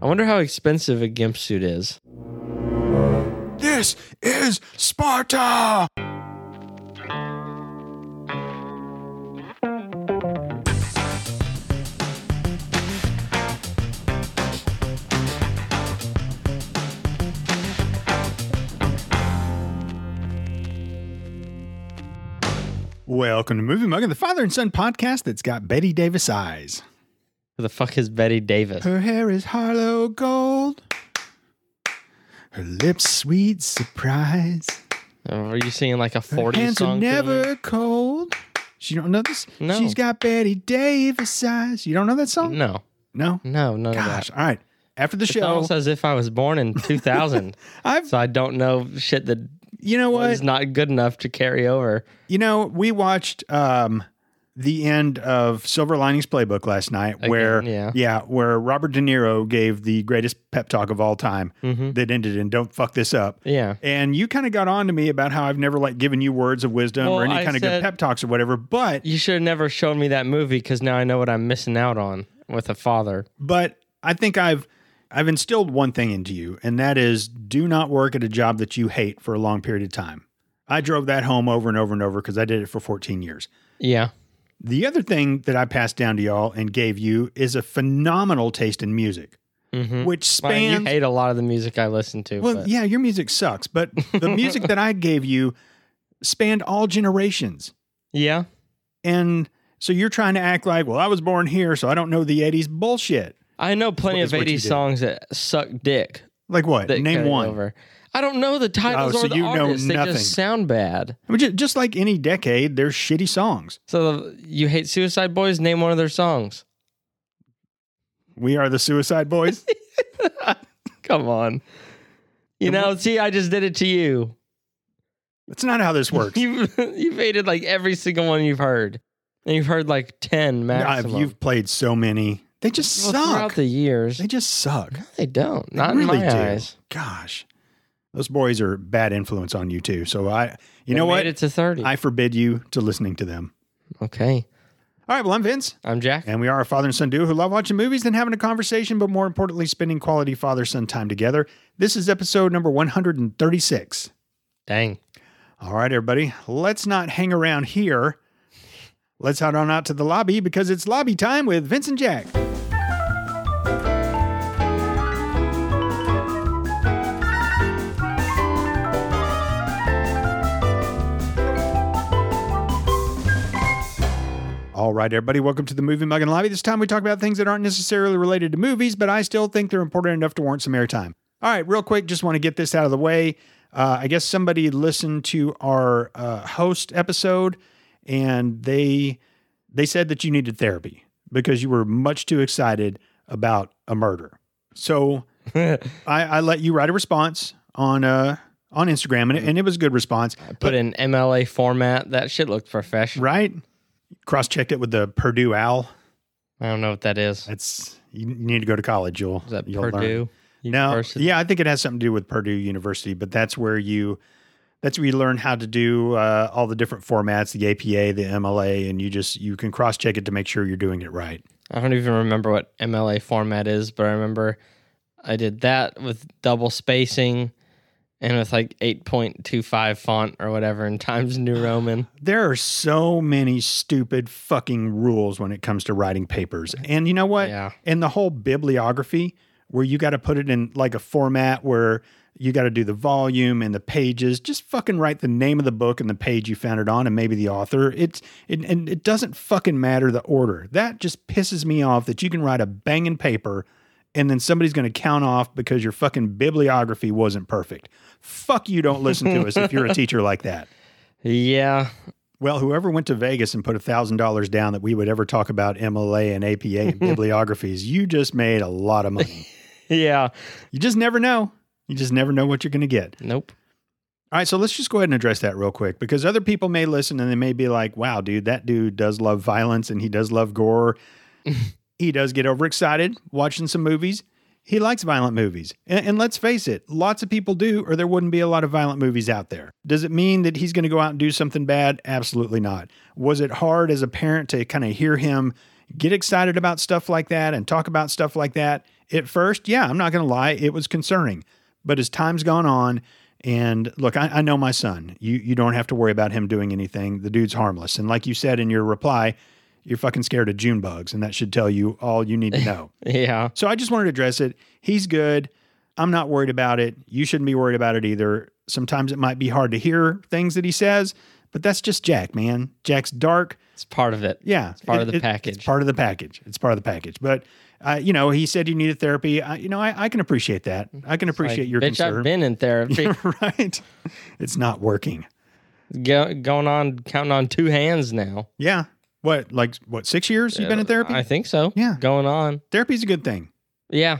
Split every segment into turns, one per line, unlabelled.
I wonder how expensive a gimp suit is.
This is Sparta! Welcome to Movie Mugging, the father and son podcast that's got Betty Davis eyes.
Who the fuck is Betty Davis?
Her hair is hollow gold. Her lips sweet surprise.
Oh, Are you singing like a
Her
40s
hands
song?
are
to me?
never cold. She don't know this.
No.
She's got Betty Davis eyes. You don't know that song?
No,
No.
no, none of that.
Gosh. All right. After the
It's
show,
almost as if I was born in 2000,
I've
so I don't know shit that
you know
was
what?
not good enough to carry over.
You know, we watched um the end of Silver Linings Playbook last night where
Again, yeah.
where Robert De Niro gave the greatest pep talk of all time
Mm-hmm.
that ended in don't fuck this up.
Yeah.
And you kind of got on to me about how I've never like given you words of wisdom
Well,
or any
I
kind of
said-
good pep talks or whatever, but
You should have never shown me that movie because now I know what I'm missing out on with a father.
but I think I've I've instilled one thing into you, and that is do not work at a job that you hate for a long period of time. I drove that home over and over and over because I did it for 14 years.
Yeah.
The other thing that I passed down to y'all and gave you is a phenomenal taste in music,
Mm-hmm.
which
you
spans.
hate a lot of the music I listen to.
well,
but-
yeah, your music sucks, but the music that I gave you spanned all generations.
yeah.
And so you're trying to act like, well, I was born here, so I don't know the 80s. Bullshit.
I know plenty
Is
of
what you
80s
did.
songs that suck dick.
Like what?
That
Name
carry
one.
Over. I don't know the titles
Oh, so
or the
you know
artists. They
nothing.
just sound bad.
I mean, ju- just like any decade, there's shitty songs.
So the, you hate Suicide Boys? Name one of their songs.
We are the Suicide Boys.
Come on. You know, see, I just did it to you.
That's not how this works.
You've you've hated like every single one you've heard, and you've heard like ten
I've-
maximum.
you've played so many. They just
Well,
suck.
throughout the years.
they just suck.
They don't.
They
Not
really
in my
do.
eyes.
Gosh, those boys are bad influence on you too. So I, you know
They made
what?
It to thirty.
I forbid you to listening to them.
okay.
All right, well, I'm Vince,
I'm Jack.
and we are a father and son duo who love watching movies and having a conversation, but more importantly, spending quality father son time together. This is episode number 136.
Dang.
All right, everybody, let's not hang around here. Let's head on out to the lobby because it's lobby time with Vince and Jack. All right, everybody, welcome to the Movie Mug and Lobby. This time we talk about things that aren't necessarily related to movies, but I still think they're important enough to warrant some airtime. All right, real quick, just want to get this out of the way. Uh, I guess somebody listened to our uh, host episode, and they they said that you needed therapy because you were much too excited about a murder. So I, I let you write a response on uh, on Instagram, and it, and it was a good response,
Put in MLA format. That shit looked professional.
right? Cross checked it with the Purdue Owl.
I don't know what that is.
That's you need to go to college. You'll
Is that
you'll Learn.
Purdue?
No,
University?
yeah, I think it has something to do with Purdue University, but that's where you that's where you learn how to do uh, all the different formats, the APA, the MLA, and you just you can cross check it to make sure you're doing it right.
I don't even remember what MLA format is, but I remember I did that with double spacing and with like 8.25 font or whatever in Times New Roman.
There are so many stupid fucking rules when it comes to writing papers, and you know what?
Yeah.
And the whole bibliography where you got to put it in like a format where you got to do the volume and the pages just fucking write the name of the book and the page you found it on and maybe the author it's it, and it doesn't fucking matter the order that just pisses me off that you can write a banging paper and then somebody's going to count off because your fucking bibliography wasn't perfect fuck you don't listen to us if you're a teacher like that
Yeah.
well, whoever went to Vegas and put $1,000 down that we would ever talk about MLA and APA and bibliographies, you just made a lot of money.
Yeah.
You just never know. You just never know what you're going to get.
Nope.
All right, so let's just go ahead and address that real quick because other people may listen and they may be like, wow, dude, that dude does love violence and he does love gore. he does get overexcited watching some movies. He likes violent movies. And, and let's face it, lots of people do, or there wouldn't be a lot of violent movies out there. Does it mean that he's going to go out and do something bad? Absolutely not. Was it hard as a parent to kind of hear him get excited about stuff like that and talk about stuff like that. At first, yeah, I'm not going to lie, it was concerning. But as time's gone on, and look, I, I know my son. You you don't have to worry about him doing anything. The dude's harmless. And like you said in your reply, you're fucking scared of June bugs, and that should tell you all you need to know.
Yeah.
So I just wanted to address it. He's good. I'm not worried about it. You shouldn't be worried about it either. Sometimes it might be hard to hear things that he says, but that's just Jack, man. Jack's dark.
It's part of it.
Yeah. It's
part of the
It's
package.
part of the package. It's part of the package. But, uh, you know, he said you needed therapy. I, you know, I, I can appreciate that. I can appreciate
Mm-hmm. Like,
your
bitch, I've
concern.
been in therapy.
right. It's not working.
Go, going on, counting on two hands now. Uh,
Yeah. What, like, what, six years you've been in therapy?
I think so.
Yeah.
Going on.
Therapy's a good thing.
Yeah.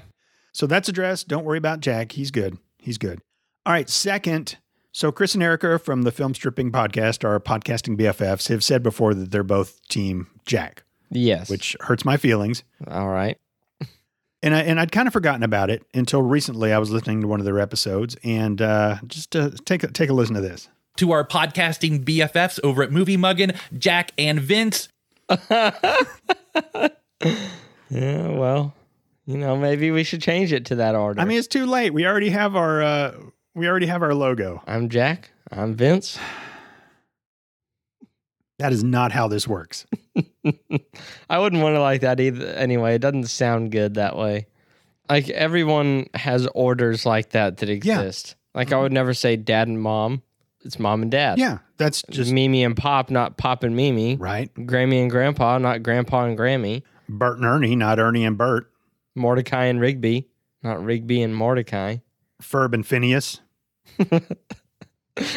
So that's addressed. Don't worry about Jack. He's good. He's good. All right. Second, so Chris and Erica from the Film Stripping Podcast, our podcasting BFFs, have said before that they're both Team Jack,
Yes.
which hurts my feelings.
All right.
And I and I'd kind of forgotten about it until recently. I was listening to one of their episodes, and uh, just uh, take a, take a listen to this.
to our podcasting BFFs over at Movie Muggin, Jack and Vince.
Yeah. Well, you know, maybe we should change it to that order.
I mean, it's too late. We already have our uh, we already have our logo.
I'm Jack. I'm Vince.
That is not how this works.
I wouldn't want to like that either. Anyway, it doesn't sound good that way. Like everyone has orders like that that exist. Like I would never say dad and mom. It's mom and dad.
Yeah, that's just
Mimi and Pop, not Pop and Mimi.
right.
Grammy and Grandpa, not Grandpa and Grammy.
Bert and Ernie, not Ernie and Bert.
Mordecai and Rigby, not Rigby and Mordecai.
Ferb and Phineas.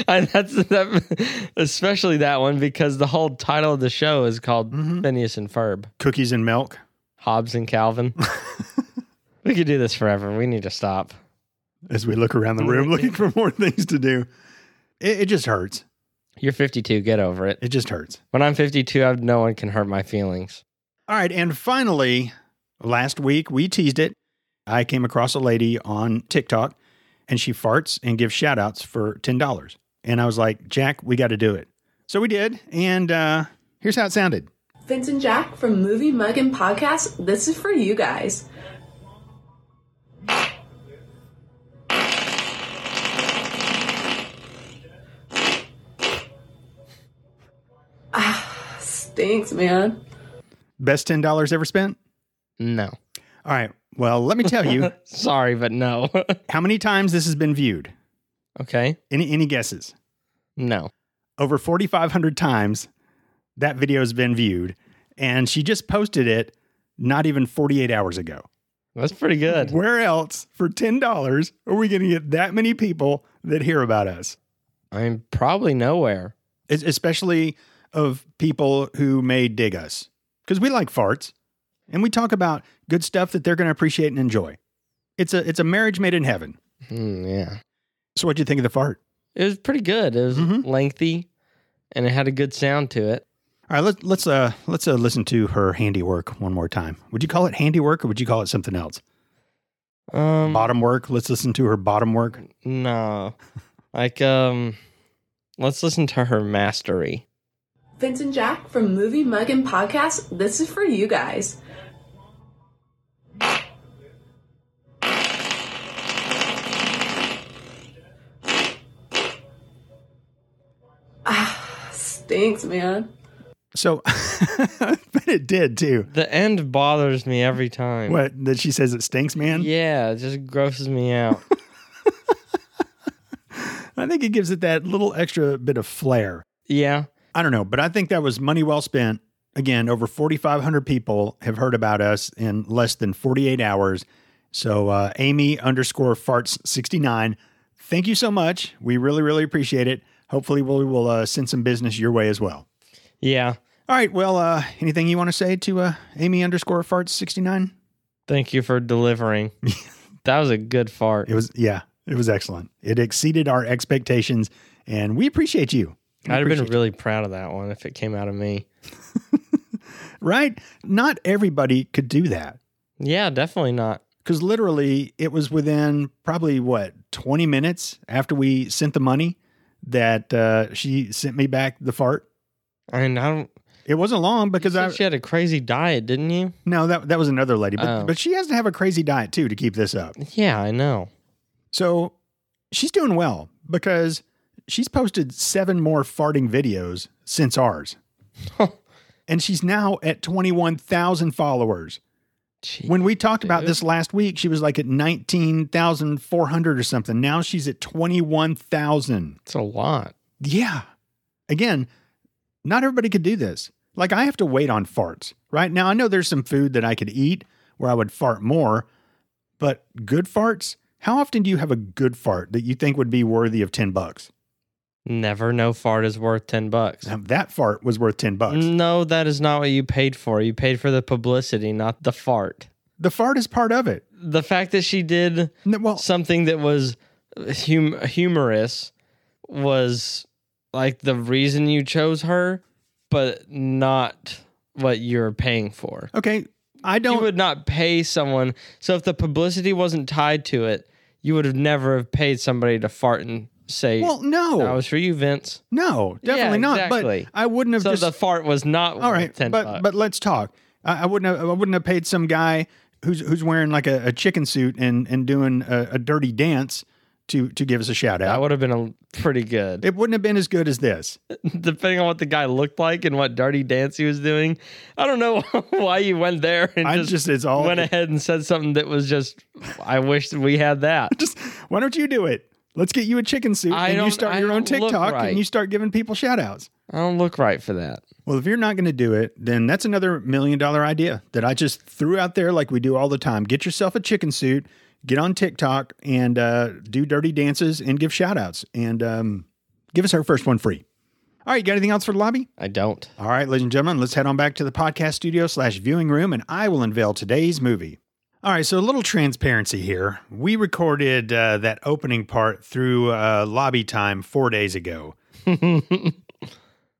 And that's that, especially that one because the whole title of the show is
Mm-hmm.
called Phineas and Ferb,
Cookies and milk.
Hobbes and Calvin. we could do this forever. We need to stop.
as we look around the room looking for more things to do. It, it just hurts.
You're 52. Get over it.
It just hurts.
When I'm 52, I've, no one can hurt my feelings.
All right. And finally, last week we teased it. I came across a lady on TikTok and she farts and gives shout outs for $10. And I was like, Jack, we got to do it. So we did. And uh, here's how it sounded.
Vince and Jack from Movie Mug and Podcast, this is for you guys. Ah, stinks, man.
Best $10 ever spent?
No.
All right. Well, let me tell you
Sorry, but no.
how many times this has been viewed.
okay.
Any, any guesses?
No.
over 4,500 times that video has been viewed. And she just posted it not even 48 hours ago.
That's pretty good.
Where else for $10 are we going to get that many people that hear about us?
I mean, probably nowhere.
Es- Especially of people who may dig us because we like farts and we talk about good stuff that they're going to appreciate and enjoy. It's a, it's a marriage made in heaven.
Hmm, yeah.
So, what'd you think of the fart?
It was pretty good. It was
Mhm.
lengthy and it had a good sound to it.
All right, let's let's uh let's uh, listen to her handiwork one more time. Would you call it handiwork or would you call it something else?
Um,
bottom work. Let's listen to her bottom work.
No. Like um let's listen to her mastery.
Vince and Jack from Movie Mug and Podcast, this is for you guys. Ah, stinks, man.
So, but it did too.
The end bothers me every time.
What that she says it stinks, man.
Yeah, it just grosses me out.
I think it gives it that little extra bit of flair.
yeah.
I don't know, but I think that was money well spent. Again, over 4,500 people have heard about us in less than 48 hours. So, uh, Amy underscore farts 69, thank you so much. We really, really appreciate it. Hopefully, we will uh, send some business your way as well.
Yeah.
All right. Well, uh, anything you want to say to uh, Amy underscore farts 69?
Thank you for delivering. that was a good fart.
It was yeah, it was excellent. It exceeded our expectations, and we appreciate you. We
I'd have been
appreciate
really proud of that one if it came out of me.
you. right. Not everybody could do that
Yeah, definitely not.
because literally it was within probably what twenty minutes after we sent the money that uh, she sent me back the fart.
I mean, I don't
It wasn't long because I
Said she had a crazy diet, didn't you?
no that that was another lady, but
Oh.
but she has to have a crazy diet too to keep this up.
Yeah, I know.
So she's doing well because she's posted seven more farting videos since ours. and she's now at 21,000 followers.
Gee.
When we talked about
dude.
this last week, she was like at 19,400 or something. Now she's at 21,000.
It's a lot.
Yeah. Again, not everybody could do this. Like I have to wait on farts, right? Now I know there's some food that I could eat where I would fart more, but good farts, how often do you have a good fart that you think would be worthy of 10 bucks?
Never no fart is worth 10 bucks.
Now, that fart was worth 10 bucks.
No, that is not what you paid for. You paid for the publicity, not the fart.
The fart is part of it.
The fact that she did
No, well,
something that was hum- humorous was like the reason you chose her, but not what you're paying for.
okay, I
You
don't
would not pay someone. So if the publicity wasn't tied to it, you would have never have paid somebody to fart and say,
Well, no.
"That was for you, Vince."
no, definitely not.
exactly.
But I wouldn't have
So
just
the fart was not worth
All right,
ten
but
bucks.
but let's talk. I, I wouldn't have, I wouldn't have paid some guy who's who's wearing like a, a chicken suit and and doing a, a dirty dance to to give us a shout
that
out.
would have been a, pretty good.
It wouldn't have been as good as this.
Depending on what the guy looked like and what dirty dance he was doing, I don't know why you went there and
I
just,
just it's all.
went ahead and said something that was just. I wish that we had that.
Just why don't you do it? Let's get you a chicken suit
I
and you
don't-
start
I
your own
don't look
TikTok
right.
and you start giving people shout outs.
I don't look right for that.
Well, if you're not going to do it, then that's another million dollar idea that I just threw out there like we do all the time. Get yourself a chicken suit, get on TikTok and uh, do dirty dances and give shout outs and um, give us our first one free. All right, you got anything else for the lobby?
I don't.
All right, ladies and gentlemen, let's head on back to the podcast studio slash viewing room and I will unveil today's movie. All right, so a little transparency here. We recorded uh, that opening part through uh, lobby time four days ago.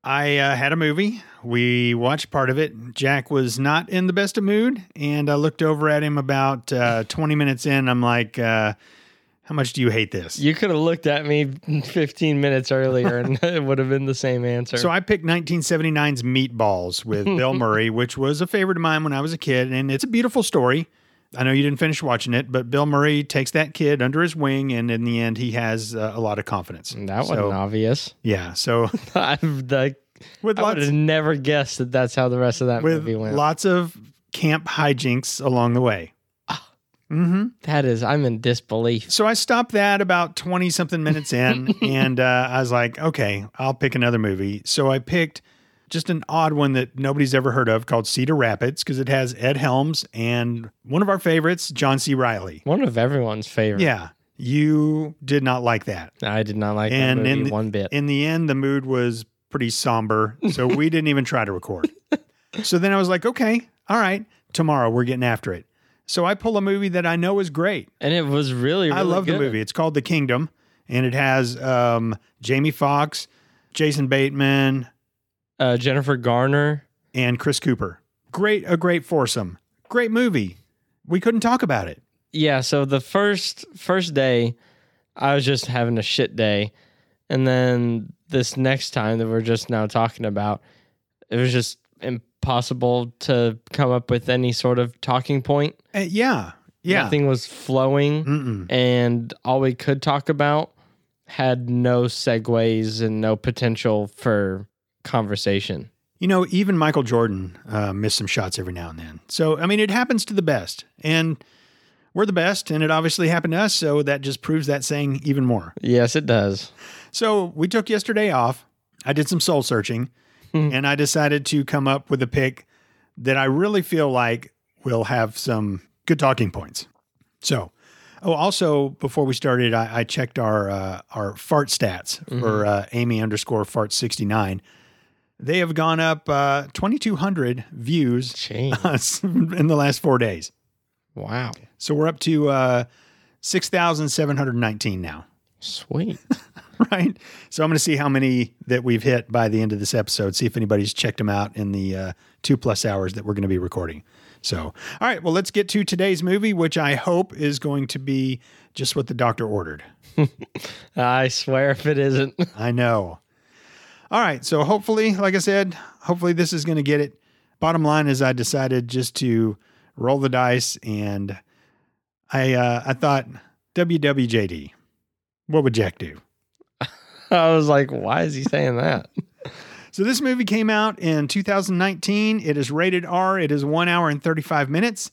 I uh, had a movie. We watched part of it. Jack was not in the best of mood, and I looked over at him about uh, 20 minutes in. I'm like, uh, How much do you hate this?
You could have looked at me 15 minutes earlier and it would have been the same answer.
So I picked 1979's Meatballs with Bill Murray, which was a favorite of mine when I was a kid, and it's a beautiful story. I know you didn't finish watching it, but Bill Murray takes that kid under his wing, and in the end, he has uh, a lot of confidence.
that
so,
wasn't obvious.
Yeah, so
I've, the,
with
I would
lots
have never guessed that that's how the rest of that
with
movie went.
lots of camp hijinks along the way.
Ah.
Mm-hmm.
that is, I'm in disbelief.
So I stopped that about 20 something minutes in, and uh, I was like, okay, I'll pick another movie. So I picked just an odd one that nobody's ever heard of called Cedar Rapids because it has Ed Helms and one of our favorites, John C. Riley.
One of everyone's favorite.
Yeah, you did not like that.
I did not like
And
that
in
movie
the-
one bit.
In the end, the mood was pretty somber. So we didn't even try to record. So then I was like, okay, all right, tomorrow we're getting after it. So I pull a movie that I know is great.
and it was really, really
I love the
good.
movie. It's called The Kingdom, and it has um, Jamie Foxx, Jason Bateman,
Uh, Jennifer Garner.
and Chris Cooper. Great, a great foursome. Great movie. We couldn't talk about it.
Yeah, so the first first day I was just having a shit day. And then this next time that we're just now talking about, it was just impossible to come up with any sort of talking point.
Uh, yeah, yeah.
Nothing was flowing,
Mm-mm.
and all we could talk about had no segues and no potential for conversation.
You know, even Michael Jordan uh, missed some shots every now and then. So I mean, it happens to the best, and we're the best, and it obviously happened to us. So that just proves that saying even more.
Yes, it does.
So we took yesterday off. I did some soul searching and I decided to come up with a pick that I really feel like will have some good talking points. So, oh, also before we started, I, I checked our uh, our fart stats for uh, Amy underscore fart sixty nine. They have gone up uh, twenty two hundred views
Change.
in the last four days.
wow.
So we're up to uh, six thousand seven hundred nineteen now.
Sweet.
right? So I'm going to see how many that we've hit by the end of this episode. See if anybody's checked them out in the uh, two plus hours that we're going to be recording. So, all right, well, let's get to today's movie, which I hope is going to be just what the doctor ordered.
I swear if it isn't.
I know. All right. So hopefully, like I said, hopefully this is going to get it. Bottom line is, I decided just to roll the dice, and I uh, I thought WWJD. What would Jack do?
I was like, why is he saying that?
So this movie came out in 2019. It is rated R. It is one hour and 35 minutes.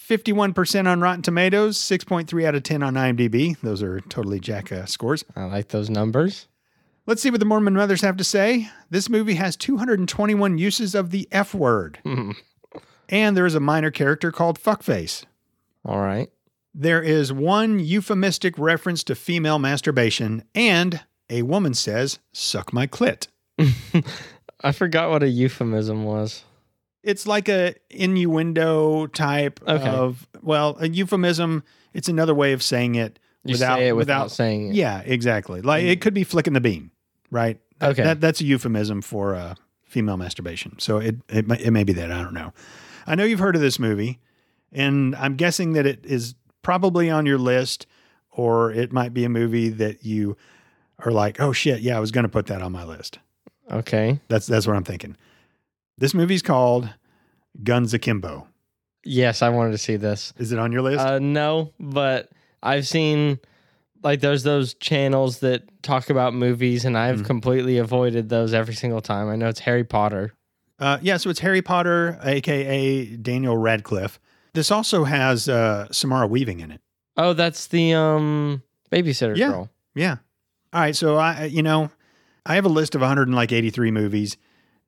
51% on Rotten Tomatoes, 6.3 out of 10 on IMDb. Those are totally Jack uh, scores.
I like those numbers.
Let's see what the Mormon mothers have to say. This movie has 221 uses of the F word.
Hmm.
And there is a minor character called Fuckface.
All right.
There is one euphemistic reference to female masturbation, and a woman says, Suck my clit.
I forgot what a euphemism was.
It's like a innuendo type
Okay.
of, well, a euphemism. It's another way of saying it
You say it without, saying it. Mm.
Yeah, exactly. Like it could be flicking the bean, right? That-
Okay.
That, that's a euphemism for uh, female masturbation. So it, it may- it may be that I don't know. I know you've heard of this movie, and I'm guessing that it is probably on your list, or it might be a movie that you are like, oh shit, yeah, I was going to put that on my list.
Okay.
That's that's what I'm thinking. This movie's called Guns Akimbo.
Yes, I wanted to see this.
Is it on your list?
Uh, no, but I've seen like there's those channels that talk about movies, and I've completely avoided those every single time. I know it's Harry Potter.
Uh, yeah, so it's Harry Potter, aka Daniel Radcliffe. This also has uh, Samara Weaving in it.
Oh, that's the um babysitter
Yeah.
girl.
Yeah. All right. So I, you know, I have a list of 183 movies,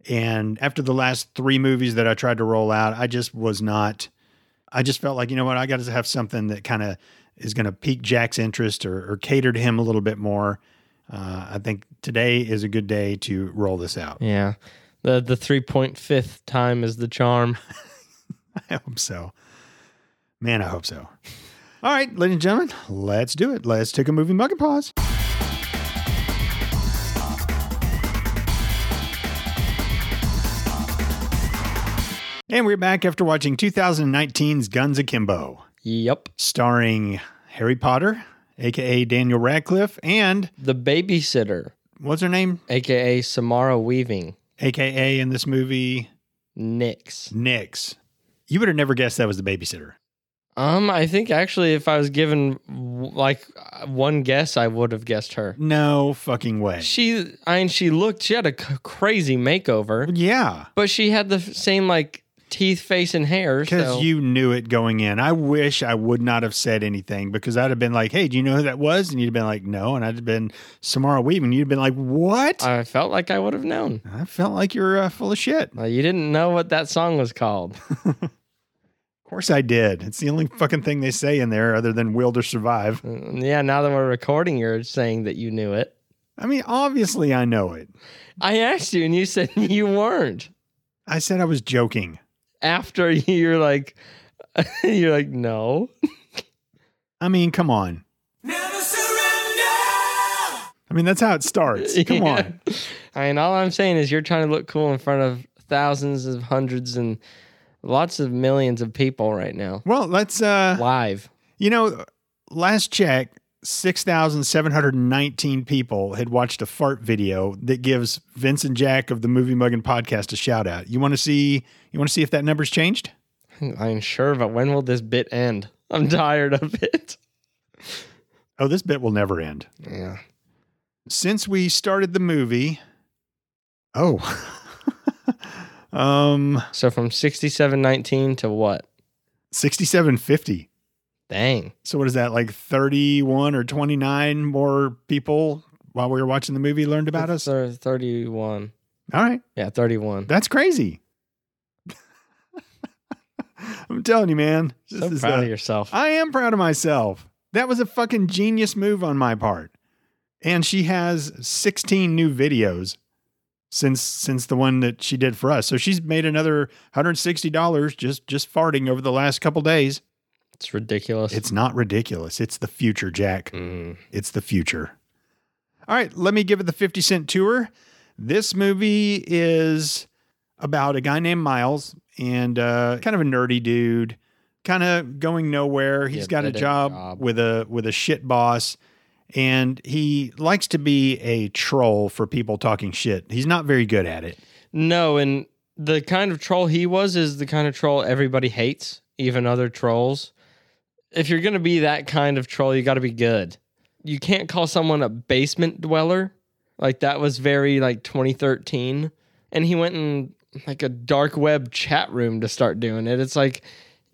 and after the last three movies that I tried to roll out, I just was not. I just felt like you know what I got to have something that kind of is going to pique Jack's interest or, or cater to him a little bit more. Uh, I think today is a good day to roll this out.
Yeah. The the three point fifth time is the charm.
I hope so. Man, I hope so. All right, ladies and gentlemen, let's do it. Let's take a movie mug and pause. And we're back after watching 2019's Guns Akimbo,
Yep.
starring Harry Potter, aka Daniel Radcliffe, and
The babysitter,
what's her name?
aka Samara Weaving,
AKA in this movie,
Nix.
Nix. You would have never guessed that was the babysitter.
Um, I think actually, if I was given w- like uh, one guess, I would have guessed her.
No fucking way.
She, I mean, she looked. She had a c- crazy makeover,
Yeah,
but she had the f- same like teeth, face, and hair.
because
so-
you knew it going in. I wish I would not have said anything because I'd have been like, "Hey, do you know who that was?" And you'd have been like, "No," and I'd have been Samara Weaving. You'd have been like, "What?" I,
I felt like I would have known.
felt like you're uh, full of shit. Of
Like, you didn't know what that song was called.
course I did. It's the only fucking thing they say in there other than "Will to survive."
Mm, yeah, now that we're recording, you're saying that you knew it.
I mean, obviously I know it.
I asked you, and you said you weren't.
I said I was joking.
After you're like, you're like, no.
I mean, come on. I mean, that's how it starts. Come
Yeah.
on.
I mean, all I'm saying is you're trying to look cool in front of thousands of hundreds and lots of millions of people right now.
Well, let's uh
Live.
You know, last check, 6,719 people had watched a fart video that gives Vince and Jack of the Movie Muggin podcast a shout out. You want to see you want to see if that number's changed?
I'm sure, but when will this bit end? I'm tired of it.
Oh, this bit will never end.
Yeah.
Since we started the movie, oh. um
So from 6719 to what?
6750.
Dang.
So what is that like 31 or 29 more people while we were watching the movie learned about us? All
Thir- 31.
right.
Yeah, 31.
That's crazy. I'm telling you, man. This
so
is
proud
a-
of yourself.
I am proud of myself. That was a fucking genius move on my part. And she has 16 new videos since since the one that she did for us. So she's made another $160 just just farting over the last couple days.
it's ridiculous.
It's not ridiculous. It's the future, Jack.
Mm.
It's the future. All right, let me give it the 50 cent tour. This movie is about a guy named Miles and uh, kind of a nerdy dude, kind of going nowhere. He's
Yeah,
got a
better
job,
job.
with a with a shit boss and he likes to be a troll for people talking shit. He's not very good at it.
No, and the kind of troll he was is the kind of troll everybody hates, even other trolls. If you're going to be that kind of troll, you got to be good. You can't call someone a basement dweller. Like that was very like 2013 and he went in like a dark web chat room to start doing it. It's like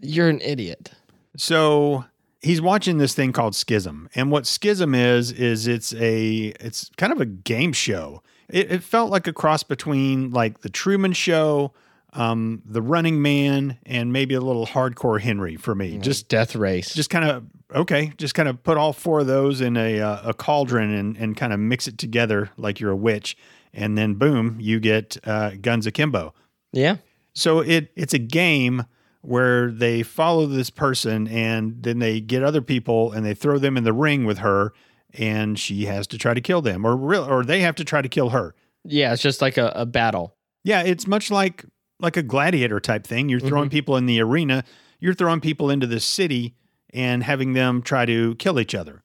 you're an idiot.
So he's watching this thing called Schism, and what Schism is is it's a it's kind of a game show. It, it felt like a cross between like the Truman Show, um, the Running Man, and maybe a little hardcore Henry for me. Just
Just death race.
just kind of okay just kind of put all four of those in a uh, a cauldron and and kind of mix it together like you're a witch and then boom you get uh, guns akimbo
yeah.
so it it's a game where they follow this person and then they get other people and they throw them in the ring with her and she has to try to kill them or real or they have to try to kill her
Yeah, it's just like a, a battle.
yeah, it's much like like a gladiator type thing. You're throwing people in the arena, you're throwing people into the city and having them try to kill each other.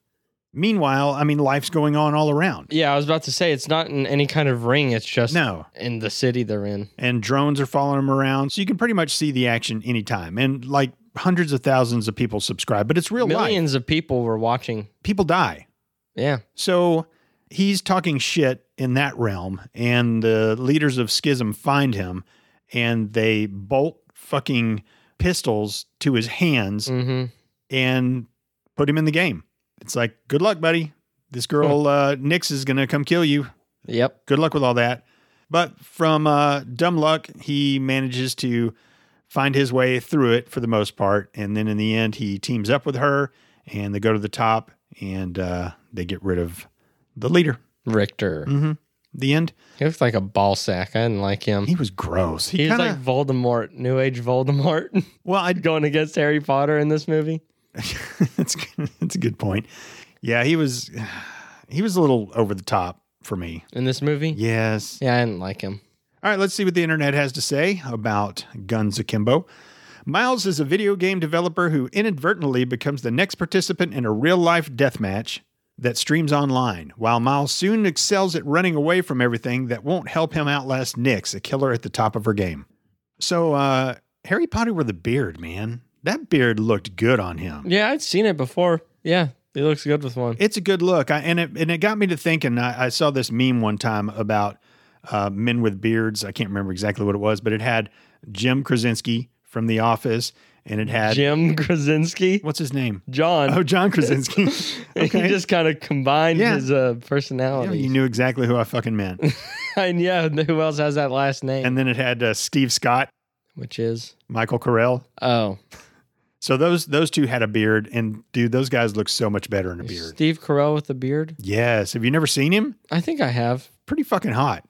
Meanwhile, I mean life's going on all around.
Yeah, I was about to say it's not in any kind of ring, it's just
No.
in the city they're in.
And drones are following them around. So you can pretty much see the action anytime. And like hundreds of thousands of people subscribe, but it's real life.
Millions of people were watching.
People die.
Yeah.
So he's talking shit in that realm, and the leaders of Schism find him and they bolt fucking pistols to his hands
Mhm.
and put him in the game. It's like, good luck, buddy. This girl, uh, Nyx, is going to come kill you.
Yep.
Good luck with all that. But from uh, dumb luck, he manages to find his way through it for the most part. And then in the end, he teams up with her and they go to the top and uh, they get rid of the leader.
Richter.
Mm-hmm. The end.
He looked like a ball sack. I didn't like him.
He was gross. He
He's
kind
like
of,
Voldemort, New Age Voldemort,
well, I,
going against Harry Potter in this movie.
that's, that's a good point. Yeah, he was, he was a little over the top for me.
In this movie?
Yes.
Yeah, I didn't like him.
All right, let's see what the internet has to say about Guns Akimbo. Miles is a video game developer who inadvertently becomes the next participant in a real life deathmatch that streams online, while Miles soon excels at running away from everything that won't help him outlast Nyx, a killer at the top of her game. So, uh, Harry Potter with a beard, man. That beard looked good on him.
Yeah, I'd seen it before. Yeah, he looks good with one.
It's a good look, I, and it and it got me to thinking. I, I saw this meme one time about uh, men with beards. I can't remember exactly what it was, but it had Jim Krasinski from The Office, and it had
Jim Krasinski,
what's his name?
John.
Oh, John Krasinski.
He
okay.
just kind of combined
Yeah.
his uh,
Yeah,
personality.
you knew exactly who I fucking meant.
and yeah, who else has that last name?
and then it had uh, Steve Scott,
Which is
Michael Carell.
oh,
So those those two had a beard, and dude, those guys look so much better in a beard.
Steve Carell with the beard.
Yes. Have you never seen him?
I think I have
Pretty fucking hot.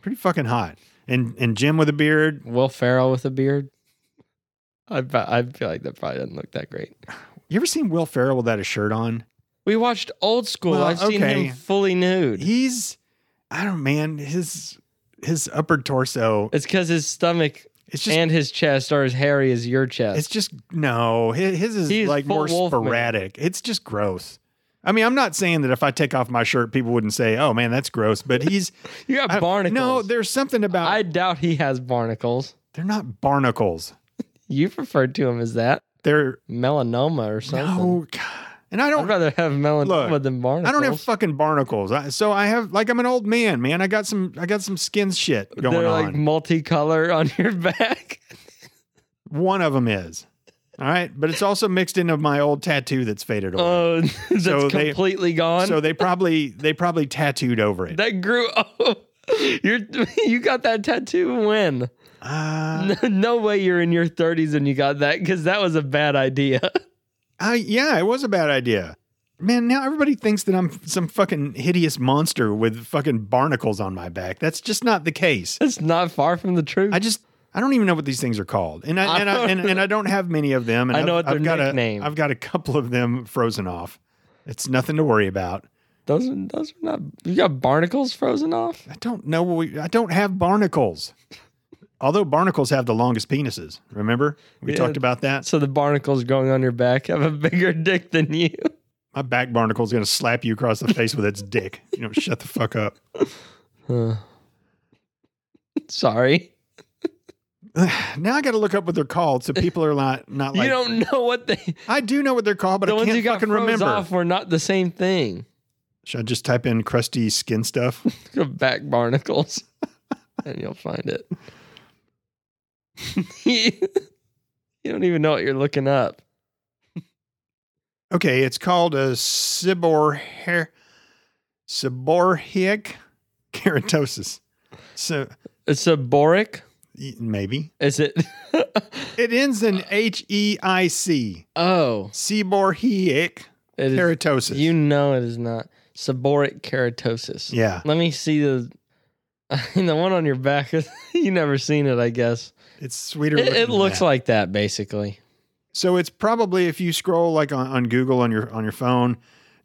Pretty fucking hot. And and Jim with a beard.
Will Ferrell with a beard. I bu- I feel like that probably doesn't look that great.
You ever seen Will Ferrell without a shirt on?
We watched Old School.
Well,
I've seen
okay.
him fully nude.
he's I don't man his his upper torso
it's because his stomach
it's just
and his chest are as hairy as your chest.
it's just no his, his is
He's
like
full
more
Wolfman.
sporadic it's just gross I mean I'm not saying that if I take off my shirt people wouldn't say oh man that's gross but he's
you got
I-
barnacles.
no there's something about
I doubt he has barnacles.
they're not barnacles
You've referred to him as that
they're
melanoma or something.
no God. and I
I'd
don't
rather have melanoma
Look,
than barnacles.
I don't have fucking barnacles I, so I have like I'm an old man man I got some I got some skin shit going
They're
on
like multicolor on your back.
one of them is all right but it's also mixed into my old tattoo that's faded away.
Oh, that's
So they-
completely gone.
So they probably they probably tattooed over it.
that grew. Oh, you're you got that tattoo when?
Uh,
No, no way you're in your 30s and you got that because that was a bad idea.
I, yeah, it was a bad idea. Man, now everybody thinks that I'm some fucking hideous monster with fucking barnacles on my back. That's just not the case.
That's not far from the truth.
I just I don't even know what these things are called, and I and I, and, and I don't have many of them. And
I know what
I've,
their
I've got
nickname.
A, I've got a couple of them frozen off. It's nothing to worry about.
those are- those are not. You got barnacles frozen off.
I don't know. what we, I don't have barnacles. Although barnacles have the longest penises. Remember we
Yeah.
talked about that.
So the barnacles growing on your back have a bigger dick than you.
My back barnacle's going to slap you across the face with its dick. You know, shut the fuck up.
Sorry.
Now I got to look up what they're called so people are not not like
you don't know what they.
I do know what they're called, but
the
I
ones
can't
you got
fucking
froze
remember.
off were not the same thing.
Should I just type in crusty skin stuff?
Back barnacles, and you'll find it. you don't even know what you're looking up.
Okay, it's called a sibor seborrheic keratosis. So
It's a boric.
y- maybe
Is it?
it ends in H E I C
oh,
seborrheic
it is.
keratosis.
You know it is not seboric keratosis.
yeah,
Let me see the the one on your back. you never seen it, I guess.
it's sweeter.
It, it looks
like.
like that basically.
So it's probably if you scroll like on, on Google on your on your phone,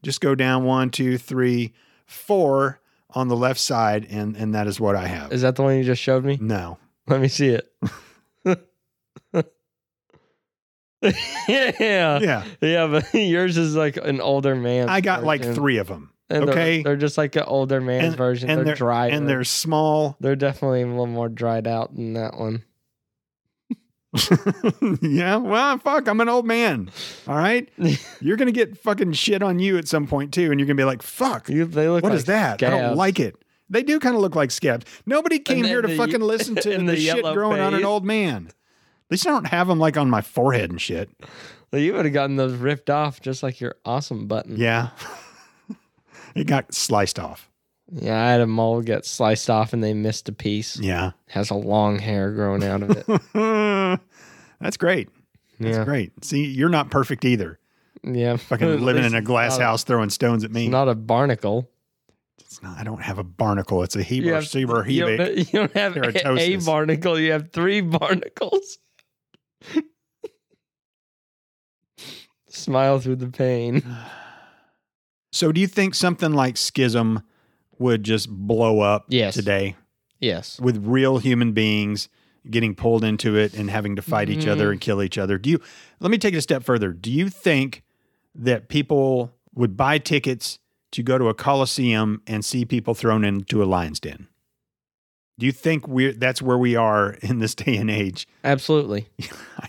just go down one, two, three, four on the left side, and and that is what I have.
Is that the one you just showed me?
no,
Let me see it. yeah.
yeah,
Yeah, but yours is like an older man.
I got like three of them,
They're,
okay.
they're just like an older man's version.
and
they're,
they're-
dry.
and they're small.
they're definitely a little more dried out than that one.
yeah, well, fuck, I'm an old man. All right, you're gonna get fucking shit on you at some point too, and you're gonna be like, fuck, what is
You, they look like
that? I don't
scabs.
like it. They do kind of look like scabs. Nobody came
And
here to
then the-
fucking listen to the,
and the
shit
yellow
growing on an
face.
old man. At least I don't have them like on my forehead and shit.
Well, you would have gotten those ripped off just like your awesome button.
Yeah. it got sliced off.
Yeah, I had a mole get sliced off and they missed a piece.
Yeah.
Has a long hair growing out of it.
That's great. That's
yeah.
great. See, you're not perfect either.
Yeah.
Fucking living in a glass
not a-
house throwing stones at me.
Not a barnacle.
It's not- I don't have a barnacle. It's a Heber Seber
you
Hebe.
don't, you don't have a, a
keratosis.
barnacle. You have three barnacles. Smile through the pain.
So do you think something like schism would just blow up
Yes.
today
Yes.
with real human beings getting pulled into it and having to fight each other and kill each other? Do you let me take it a step further. Do you think that people would buy tickets to go to a coliseum and see people thrown into a lion's den? Do you think we're that's where we are in this day and age?
Absolutely.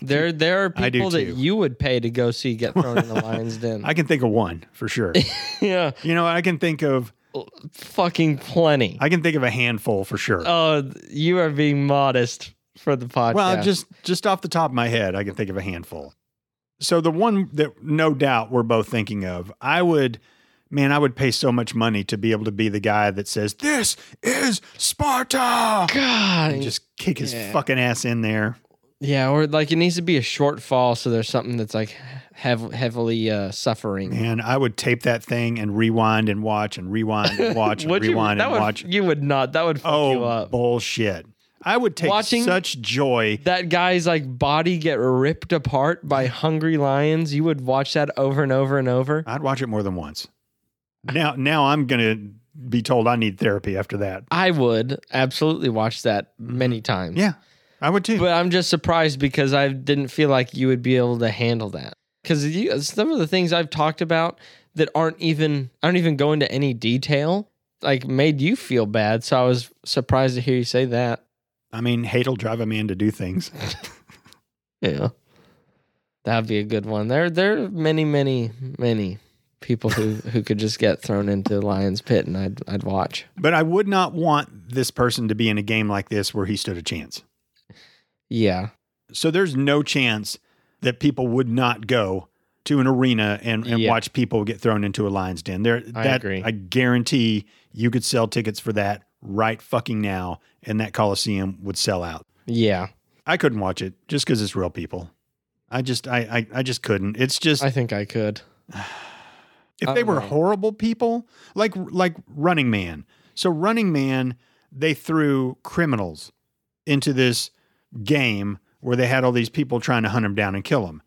There there are
I do
people that
too.
you would pay to go see get thrown in the lion's den.
I can think of one for sure.
yeah.
you know, I can think of
Fucking plenty.
I can think of a handful for sure.
Oh, th- you are being modest for the podcast.
Well, just just off the top of my head, I can think of a handful. So the one that no doubt we're both thinking of, I would man, I would pay so much money to be able to be the guy that says, This is Sparta.
God,
And just kick his
Yeah.
fucking ass in there.
yeah, or like it needs to be a short fall, so there's something that's like heav- heavily uh, suffering.
And I would tape that thing and rewind and watch and rewind and watch and
Would
rewind
you, that
and
would,
watch.
You would not. That would fuck you
Oh
up.
bullshit. I would take
Watching-
such joy.
that guy's like body get ripped apart by hungry lions. You would watch that over and over and over.
I'd watch it more than once. Now now I'm gonna be told I need therapy after that.
I would absolutely watch that many times.
Yeah, I would too.
But I'm just surprised because I didn't feel like you would be able to handle that. Because some of the things I've talked about that aren't even, I don't even go into any detail, like made you feel bad. So I was surprised to hear you say that.
I mean, hate will drive a man to do things.
Yeah. That'd be a good one. There, there are many, many, many people who, who could just get thrown into the lion's pit and I'd, I'd watch.
but I would not want this person to be in a game like this where he stood a chance.
Yeah.
So there's no chance that people would not go to an arena and, and
Yeah.
watch people get thrown into a lion's den. There,
I
that,
agree.
I guarantee you could sell tickets for that right fucking now, and that Coliseum would sell out.
Yeah.
I couldn't watch it just because it's real people. I just, I, I, I just couldn't. It's just
I think I could.
if
I
they
don't
were
know.
horrible people like like running man so running man they threw criminals into this game where they had all these people trying to hunt them down and kill them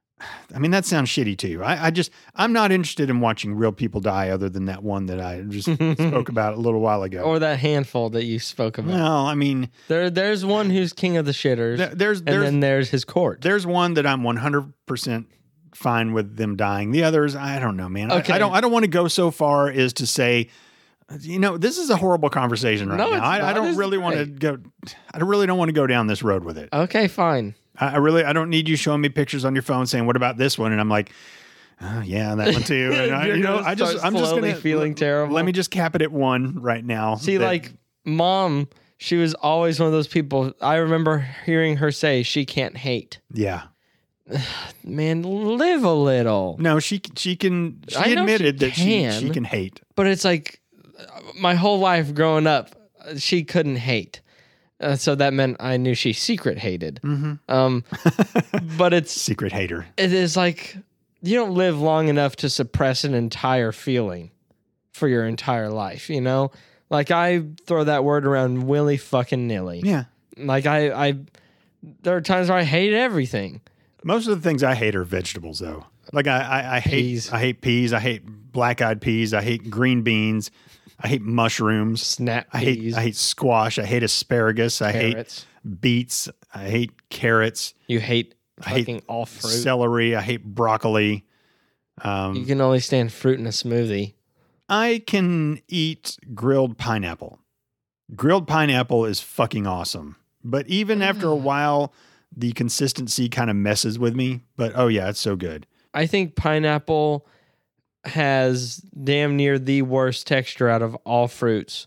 i mean that sounds shitty too i, I just i'm not interested in watching real people die other than that one that i just spoke about a little while ago
Or that handful that you spoke about.
well i mean
There, there's one who's king of the shitters.
th- there's
and
there's
then there's his court.
there's one that i'm 100% fine with them dying. The others, I don't know, man. I-
Okay.
I, don't. I don't want to go so far as to say, you know, this is a horrible conversation right
No,
now.
it's
I, I
not.
don't
It's
really want to
great.
go. I really don't want to go down this road with it.
Okay, fine.
I, I really. I don't need you showing me pictures on your phone saying, "What about this one?" And I'm like. Oh, yeah, that one too. And I,
You're
you know,
gonna
I just,
start
I'm just
slowly
gonna
feeling
let-
terrible.
Let me just cap it at one right now.
See,
that-
like mom, she was always one of those people. I remember hearing her say she can't hate.
yeah,
Man, live a little.
no, she she can. She
I know she
admitted that
can.
she she can hate.
But it's like my whole life growing up, she couldn't hate. Uh, so that meant I knew she secret hated.
Mm-hmm.
Um, but it's
Secret hater.
it is like you don't live long enough to suppress an entire feeling for your entire life, you know? Like I throw that word around willy fucking nilly.
Yeah,
Like I I there are times where I hate everything.
Most of the things I hate are vegetables, though. Like I, I, I hate
Peas.
I hate peas. I hate black-eyed peas. I hate green beans. I hate mushrooms.
Snap
I
peas,
hate I hate squash. I hate asparagus. I
Carrots.
hate beets. I hate carrots,
you hate
I hate
fucking all fruit.
celery. I hate broccoli.
you
Um,
can only stand fruit in a smoothie.
I can eat grilled pineapple. Grilled pineapple is fucking awesome. But even after
Mm.
a while, the consistency kind of messes with me. But oh yeah, it's so good.
I think pineapple has damn near the worst texture out of all fruits.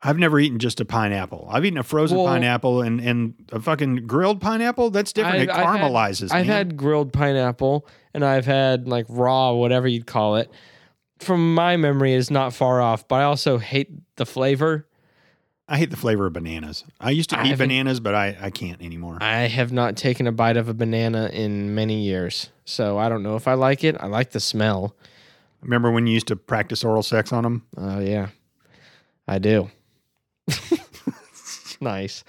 I've never eaten just a pineapple. I've eaten a frozen
Well-
pineapple and, and a fucking grilled pineapple. That's different. it
I've- I've had-
caramelizes.
I've
man.
had grilled pineapple and I've had like raw, whatever you'd call it. From my memory, is not far off, but I also hate the flavor.
I hate the flavor of bananas. I used to
I
eat
haven't-
bananas, but I, I can't anymore.
I have not taken a bite of a banana in many years, so I don't know if I like it. I like the smell.
Remember when you used to practice oral sex on them?
Oh yeah, I do. nice.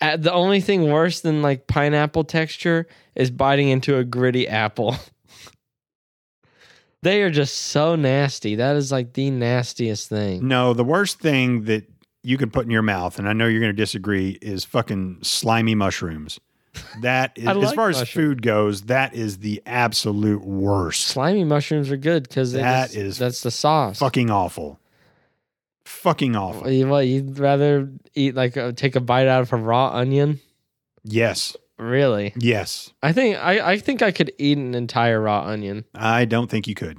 Uh, the only thing worse than like pineapple texture is biting into a gritty apple. they are just so nasty. That is like the nastiest thing.
No, the worst thing that you can put in your mouth, and I know you're going to disagree, is fucking slimy mushrooms. That is,
I
as
like
far as
mushrooms.
food goes, that is the absolute worst.
Slimy mushrooms are good because
That
that
is
is that's the sauce.
Fucking awful. Fucking awful.
You- What you'd rather eat like uh, take a bite out of a raw onion?
Yes. Mm.
Really?
Yes.
I think I, I think I could eat an entire raw onion.
I don't think you could.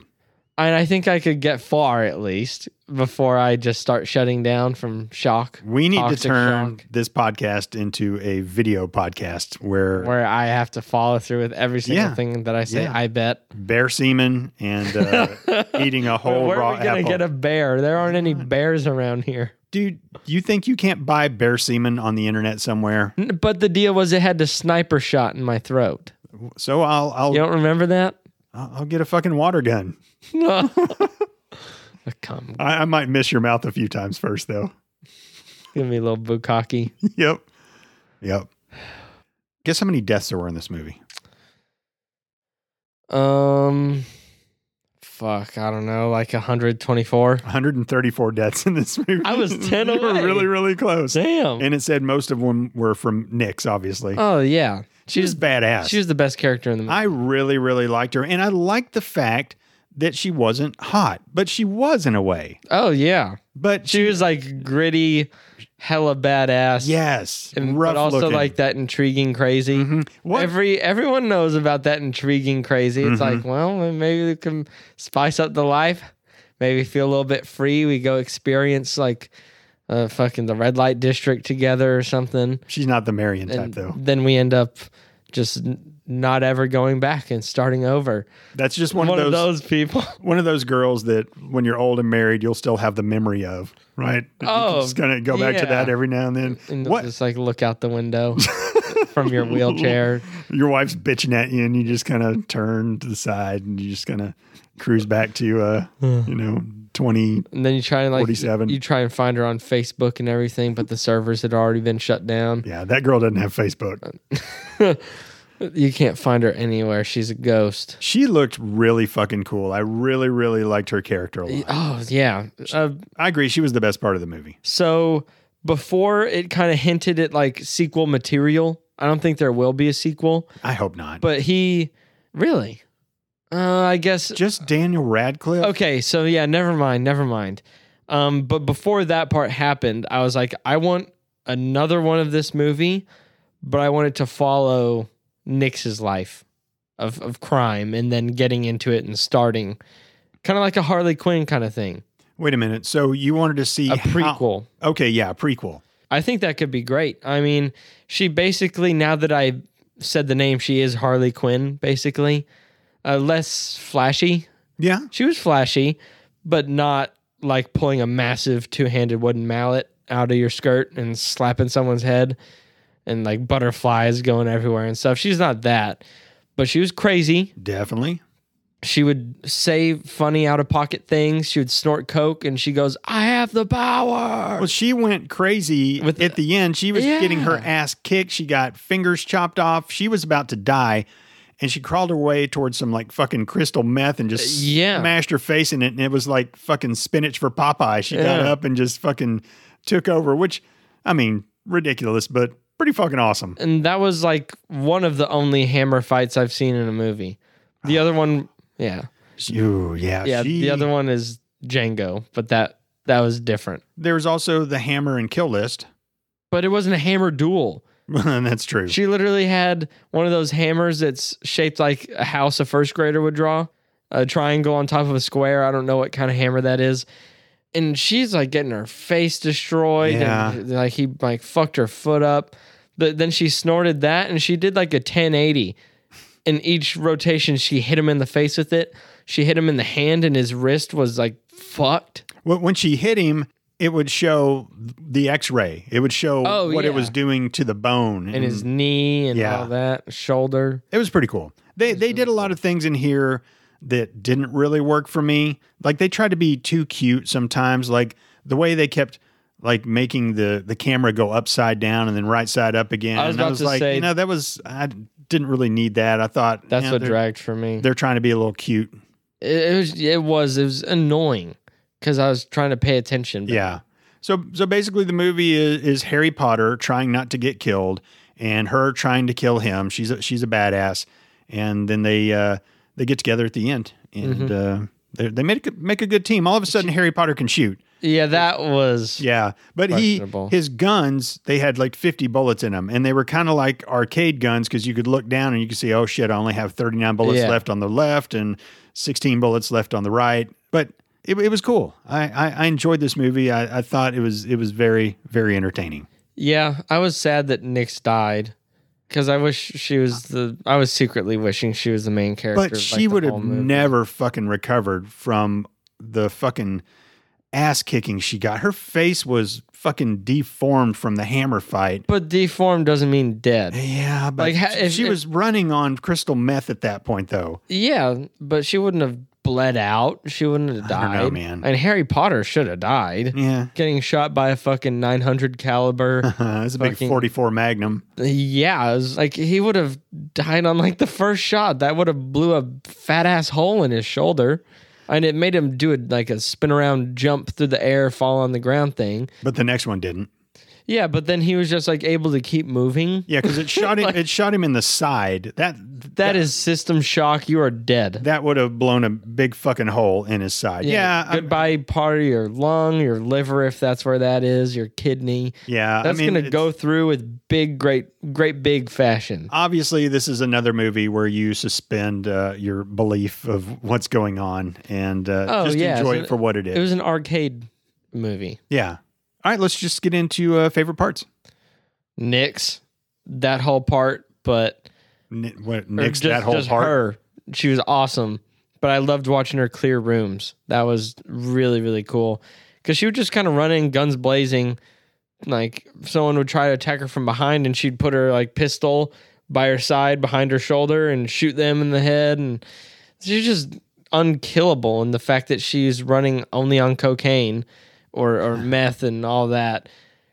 and I think I could get far at least before I just start shutting down from shock.
We need to
Toxic
turn
shock.
this podcast into a video podcast where
where I have to follow through with every single
Yeah.
thing that I say.
Yeah.
I bet.
bear semen and uh, eating a whole
Where are
raw
we gonna
apple.
get a bear? There aren't any bears around here.
Dude, you think you can't buy bear semen on the internet somewhere?
N- But the deal was, it had the sniper shot in my throat.
So I'll I'll
You don't remember that?
I'll I'll get a fucking water gun.
Come,
I, I might miss your mouth a few times first though.
give me a little bukkake.
yep, yep. Guess how many deaths there were in this movie?
Um, fuck, I don't know, like 124.
134 deaths in this movie.
I was 10
You were
away.
really, really close.
Damn.
And it said most of them were from Nick's, obviously.
oh yeah, she
she
was
was badass.
she was the best character in the movie.
I really, really liked her. And I liked the fact that she wasn't hot, but she was in a way.
oh yeah.
But
She was like gritty, hella badass.
yes,
And,
rough
but also
looking. Mm-hmm.
like that intriguing crazy.
What? Mm-hmm.
Every everyone knows about that intriguing crazy. It's like, well, maybe we can spice up the life. Maybe feel a little bit free. We go experience like uh, fucking the red light district together or something.
She's not the Marion type,
And
though.
then we end up just n- not ever going back and starting over.
That's just
One,
one,
of, those, people.
One of those girls that when you're old and married, you'll still have the memory of, right?
Oh,
You're just going to go back to
yeah.
that every now and then.
And
what?
just like look out the window from your wheelchair.
Your wife's bitching at you, and you just kind of turn to the side and you just kind of cruise back to, uh,
Hmm.
you know, 20.
And then you try and like
47.
You try and find her on Facebook and everything, but the servers had already been shut down.
Yeah, that girl doesn't have Facebook.
You can't find her anywhere. She's a ghost.
She looked really fucking cool. I really, really liked her character a lot.
Oh yeah. Uh,
I agree. She was the best part of the movie.
so before it kind of hinted at like sequel material. I don't think there will be a sequel,
I hope not.
but he really Uh, I guess.
Just Daniel Radcliffe.
Okay, so yeah, never mind, never mind. Um, but before that part happened, I was like, I want another one of this movie, but I wanted to follow Nix's life of of crime and then getting into it and starting, kind of like a Harley Quinn kind of thing,
Wait a minute. So you wanted to see
a
how-
prequel.
okay, yeah, prequel.
I think that could be great. I mean, she basically now that I said the name, she is Harley Quinn, basically. Uh, less flashy.
Yeah,
She was flashy, but not like pulling a massive two-handed wooden mallet out of your skirt and slapping someone's head and like butterflies going everywhere and stuff. She's not that. But she was crazy.
definitely.
She would say funny out of pocket things. She would snort coke and she goes, "I have the power."
Well, she went crazy
With-
at the end. She was getting her
Yeah.
ass kicked. She got fingers chopped off. She was about to die. And she crawled her way towards some like fucking crystal meth and just
yeah.
smashed her face in it. And it was like fucking spinach for Popeye. She got
Yeah.
up and just fucking took over, which, I mean, ridiculous, but pretty fucking awesome.
and that was like one of the only hammer fights I've seen in a movie. The other one, yeah,
Ooh, yeah.
yeah.
she-
The other one is Django, but that that was different.
There was also the hammer and kill list.
But it wasn't a hammer duel.
That's true.
She literally had one of those hammers that's shaped like a house a first grader would draw, a triangle on top of a square. I don't know what kind of hammer that is. And she's like getting her face destroyed. And like he like fucked her foot up. But then she snorted that and she did like a 1080. In each rotation, she hit him in the face with it. She hit him in the hand and his wrist was like fucked.
Wh- when she hit him, it would show the X-ray. It would show
Oh,
what
yeah.
it was doing to the bone,
And his knee and
Mm. Yeah.
all that, shoulder.
it was pretty cool. They they did a lot of things in here that didn't really work for me. Like they tried to be too cute sometimes. Like the way they kept like making the the camera go upside down and then right side up again.
I was
and I
about
was
to
like,
say-
you know, that was I didn't really need that. I thought
That's
you know,
what
they're,
dragged for me.
They're trying to be a little cute.
It, it was it was it was annoying because I was trying to pay attention. but-
Yeah. So so basically, the movie is, is Harry Potter trying not to get killed, and her trying to kill him. She's a, she's a badass, and then they uh, they get together at the end, and uh, they they make a, make a good team. All of a sudden, Harry Potter can shoot.
yeah, that was
Yeah, but he
Questionable.
his guns they had like fifty bullets in them, and they were kind of like arcade guns because you could look down and you could see, oh shit, I only have thirty nine bullets
Yeah.
left on the left and sixteen bullets left on the right. But it, it was cool. I, I I enjoyed this movie. I, I thought it was it was very very entertaining.
yeah. I was sad that Nyx died because I wish she was the. I was secretly wishing she was the main character.
But
of, like,
she
the
would
whole
have
movie.
never fucking recovered from the fucking ass kicking she got. Her face was fucking deformed from the hammer fight.
But deformed doesn't mean dead.
Yeah, but
Like, ha-
sh-
if-
she
if-
was running on crystal meth at that point, though.
Yeah, but she wouldn't have bled out. She wouldn't have
I
died.
don't know, man.
And Harry Potter should have died.
Yeah,
Getting shot by a fucking 900 caliber.
it's Uh, a big
Fucking-
forty-four Magnum.
Yeah, it was like he would have died on like the first shot. That would have blew a fat ass hole in his shoulder, and it made him do it like a spin around jump through the air, fall on the ground thing.
But the next one didn't.
Yeah, but then he was just like able to keep moving.
Yeah, because it shot him. it shot him in the side. That
That is system shock. You are dead.
that would have blown a big fucking hole in his side. Yeah, I-
goodbye, part of your lung, your liver, if that's where that is, your kidney.
yeah. I
That's
mean,
gonna
it's-
go through with big, great, great, big fashion.
Obviously, this is another movie where you suspend uh, your belief of what's going on and uh,
Oh,
just
yeah,
enjoy
so
it for what it is.
It was an arcade movie.
yeah. All right, let's just get into uh, favorite parts.
Nix, that whole part, but
N- what,
or
Nick's
just-
that whole
just
part.
Her. She was awesome, but I loved watching her clear rooms. That was really really cool because she would just kind of run in guns blazing, like someone would try to attack her from behind, and she'd put her like pistol by her side behind her shoulder and shoot them in the head, and she's just unkillable. And the fact that she's running only on cocaine or or meth and all that.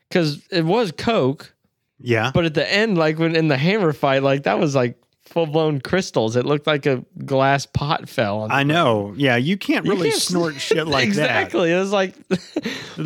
Because it was coke,
Yeah.
but at the end, like when in the hammer fight, like that was like full blown crystals. It looked like a glass pot fell. on-
I know. Yeah, you can't
You
really
can't-
snort shit like
exactly. It was like
that.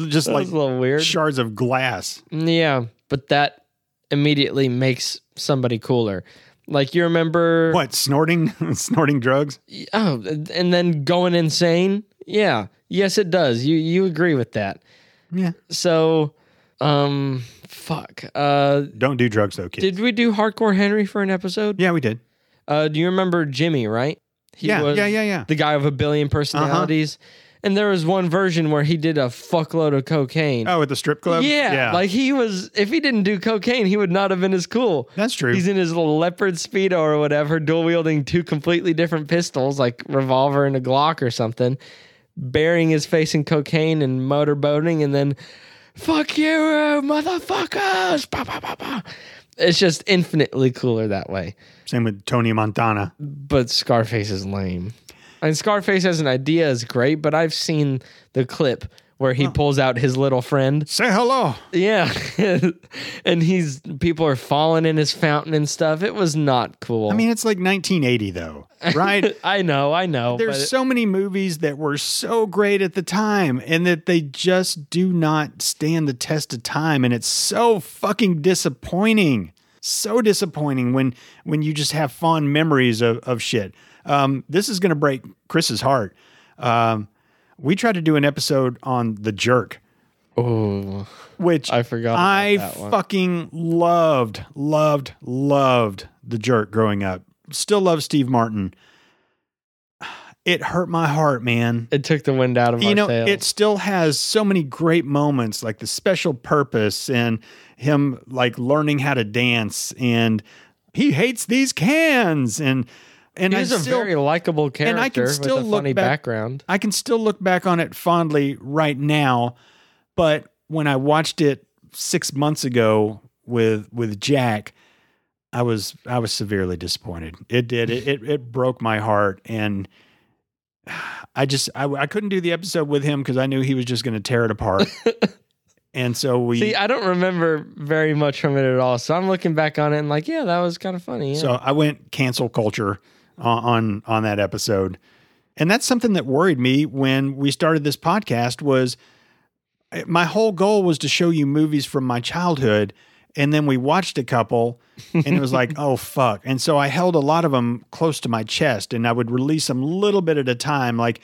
Just
that
like
was a little weird.
shards of glass.
Yeah, but that immediately makes somebody cooler. Like you remember
What, snorting snorting drugs?
Oh, and then going insane? Yeah. Yes, it does. You you agree with that.
Yeah.
So um fuck. Uh
Don't do drugs though, kids.
did we do Hardcore Henry for an episode?
yeah, we did.
Uh do you remember Jimmy, right? He
yeah, yeah, yeah, yeah.
the guy of a billion
Uh-huh.
personalities. And there was one version where he did a fuckload of cocaine.
oh, at the strip club?
yeah,
yeah.
Like he was if he didn't do cocaine, he would not have been as cool.
That's true.
He's in his little leopard speedo or whatever, dual wielding two completely different pistols, like revolver and a Glock or something, burying his face in cocaine and motorboating, and then fuck you, uh, motherfuckers! Bah, bah, bah, bah. It's just infinitely cooler that way.
Same with Tony Montana.
But Scarface is lame. And Scarface as an idea is great, but I've seen the clip where he pulls out his little friend
Say hello.
yeah. and he's people are falling in his fountain and stuff. It was not cool.
I mean, it's like 1980 though, right?
I know, I know. but
There's so many movies that were so great at the time and that they just do not stand the test of time and it's so fucking disappointing. So disappointing when when you just have fond memories of, of shit. Um, this is gonna break Chris's heart. Um, we tried to do an episode on the jerk,
oh,
which
I forgot about
I
that one.
fucking loved, loved, loved the jerk growing up. Still love Steve Martin. It hurt my heart, man.
it took the wind out of
You
our
know,
sails.
it still has so many great moments like the special purpose and him like learning how to dance and he hates these cans and and
He's
I
a
still,
very likable character
and I can still
with a
look
funny
back-
background.
I can still look back on it fondly right now, but when I watched it six months ago with with Jack, I was I was severely disappointed. It did it it, it broke my heart, and I just I, I couldn't do the episode with him because I knew he was just going to tear it apart. and so we
See, I don't remember very much from it at all. So I'm looking back on it and like, yeah, that was kind of funny. yeah.
So I went cancel culture on, on on that episode, and that's something that worried me when we started this podcast. Was eh, my whole goal was to show you movies from my childhood, and then we watched a couple, and it was like, oh fuck! And so I held a lot of them close to my chest, and I would release them little bit at a time, like.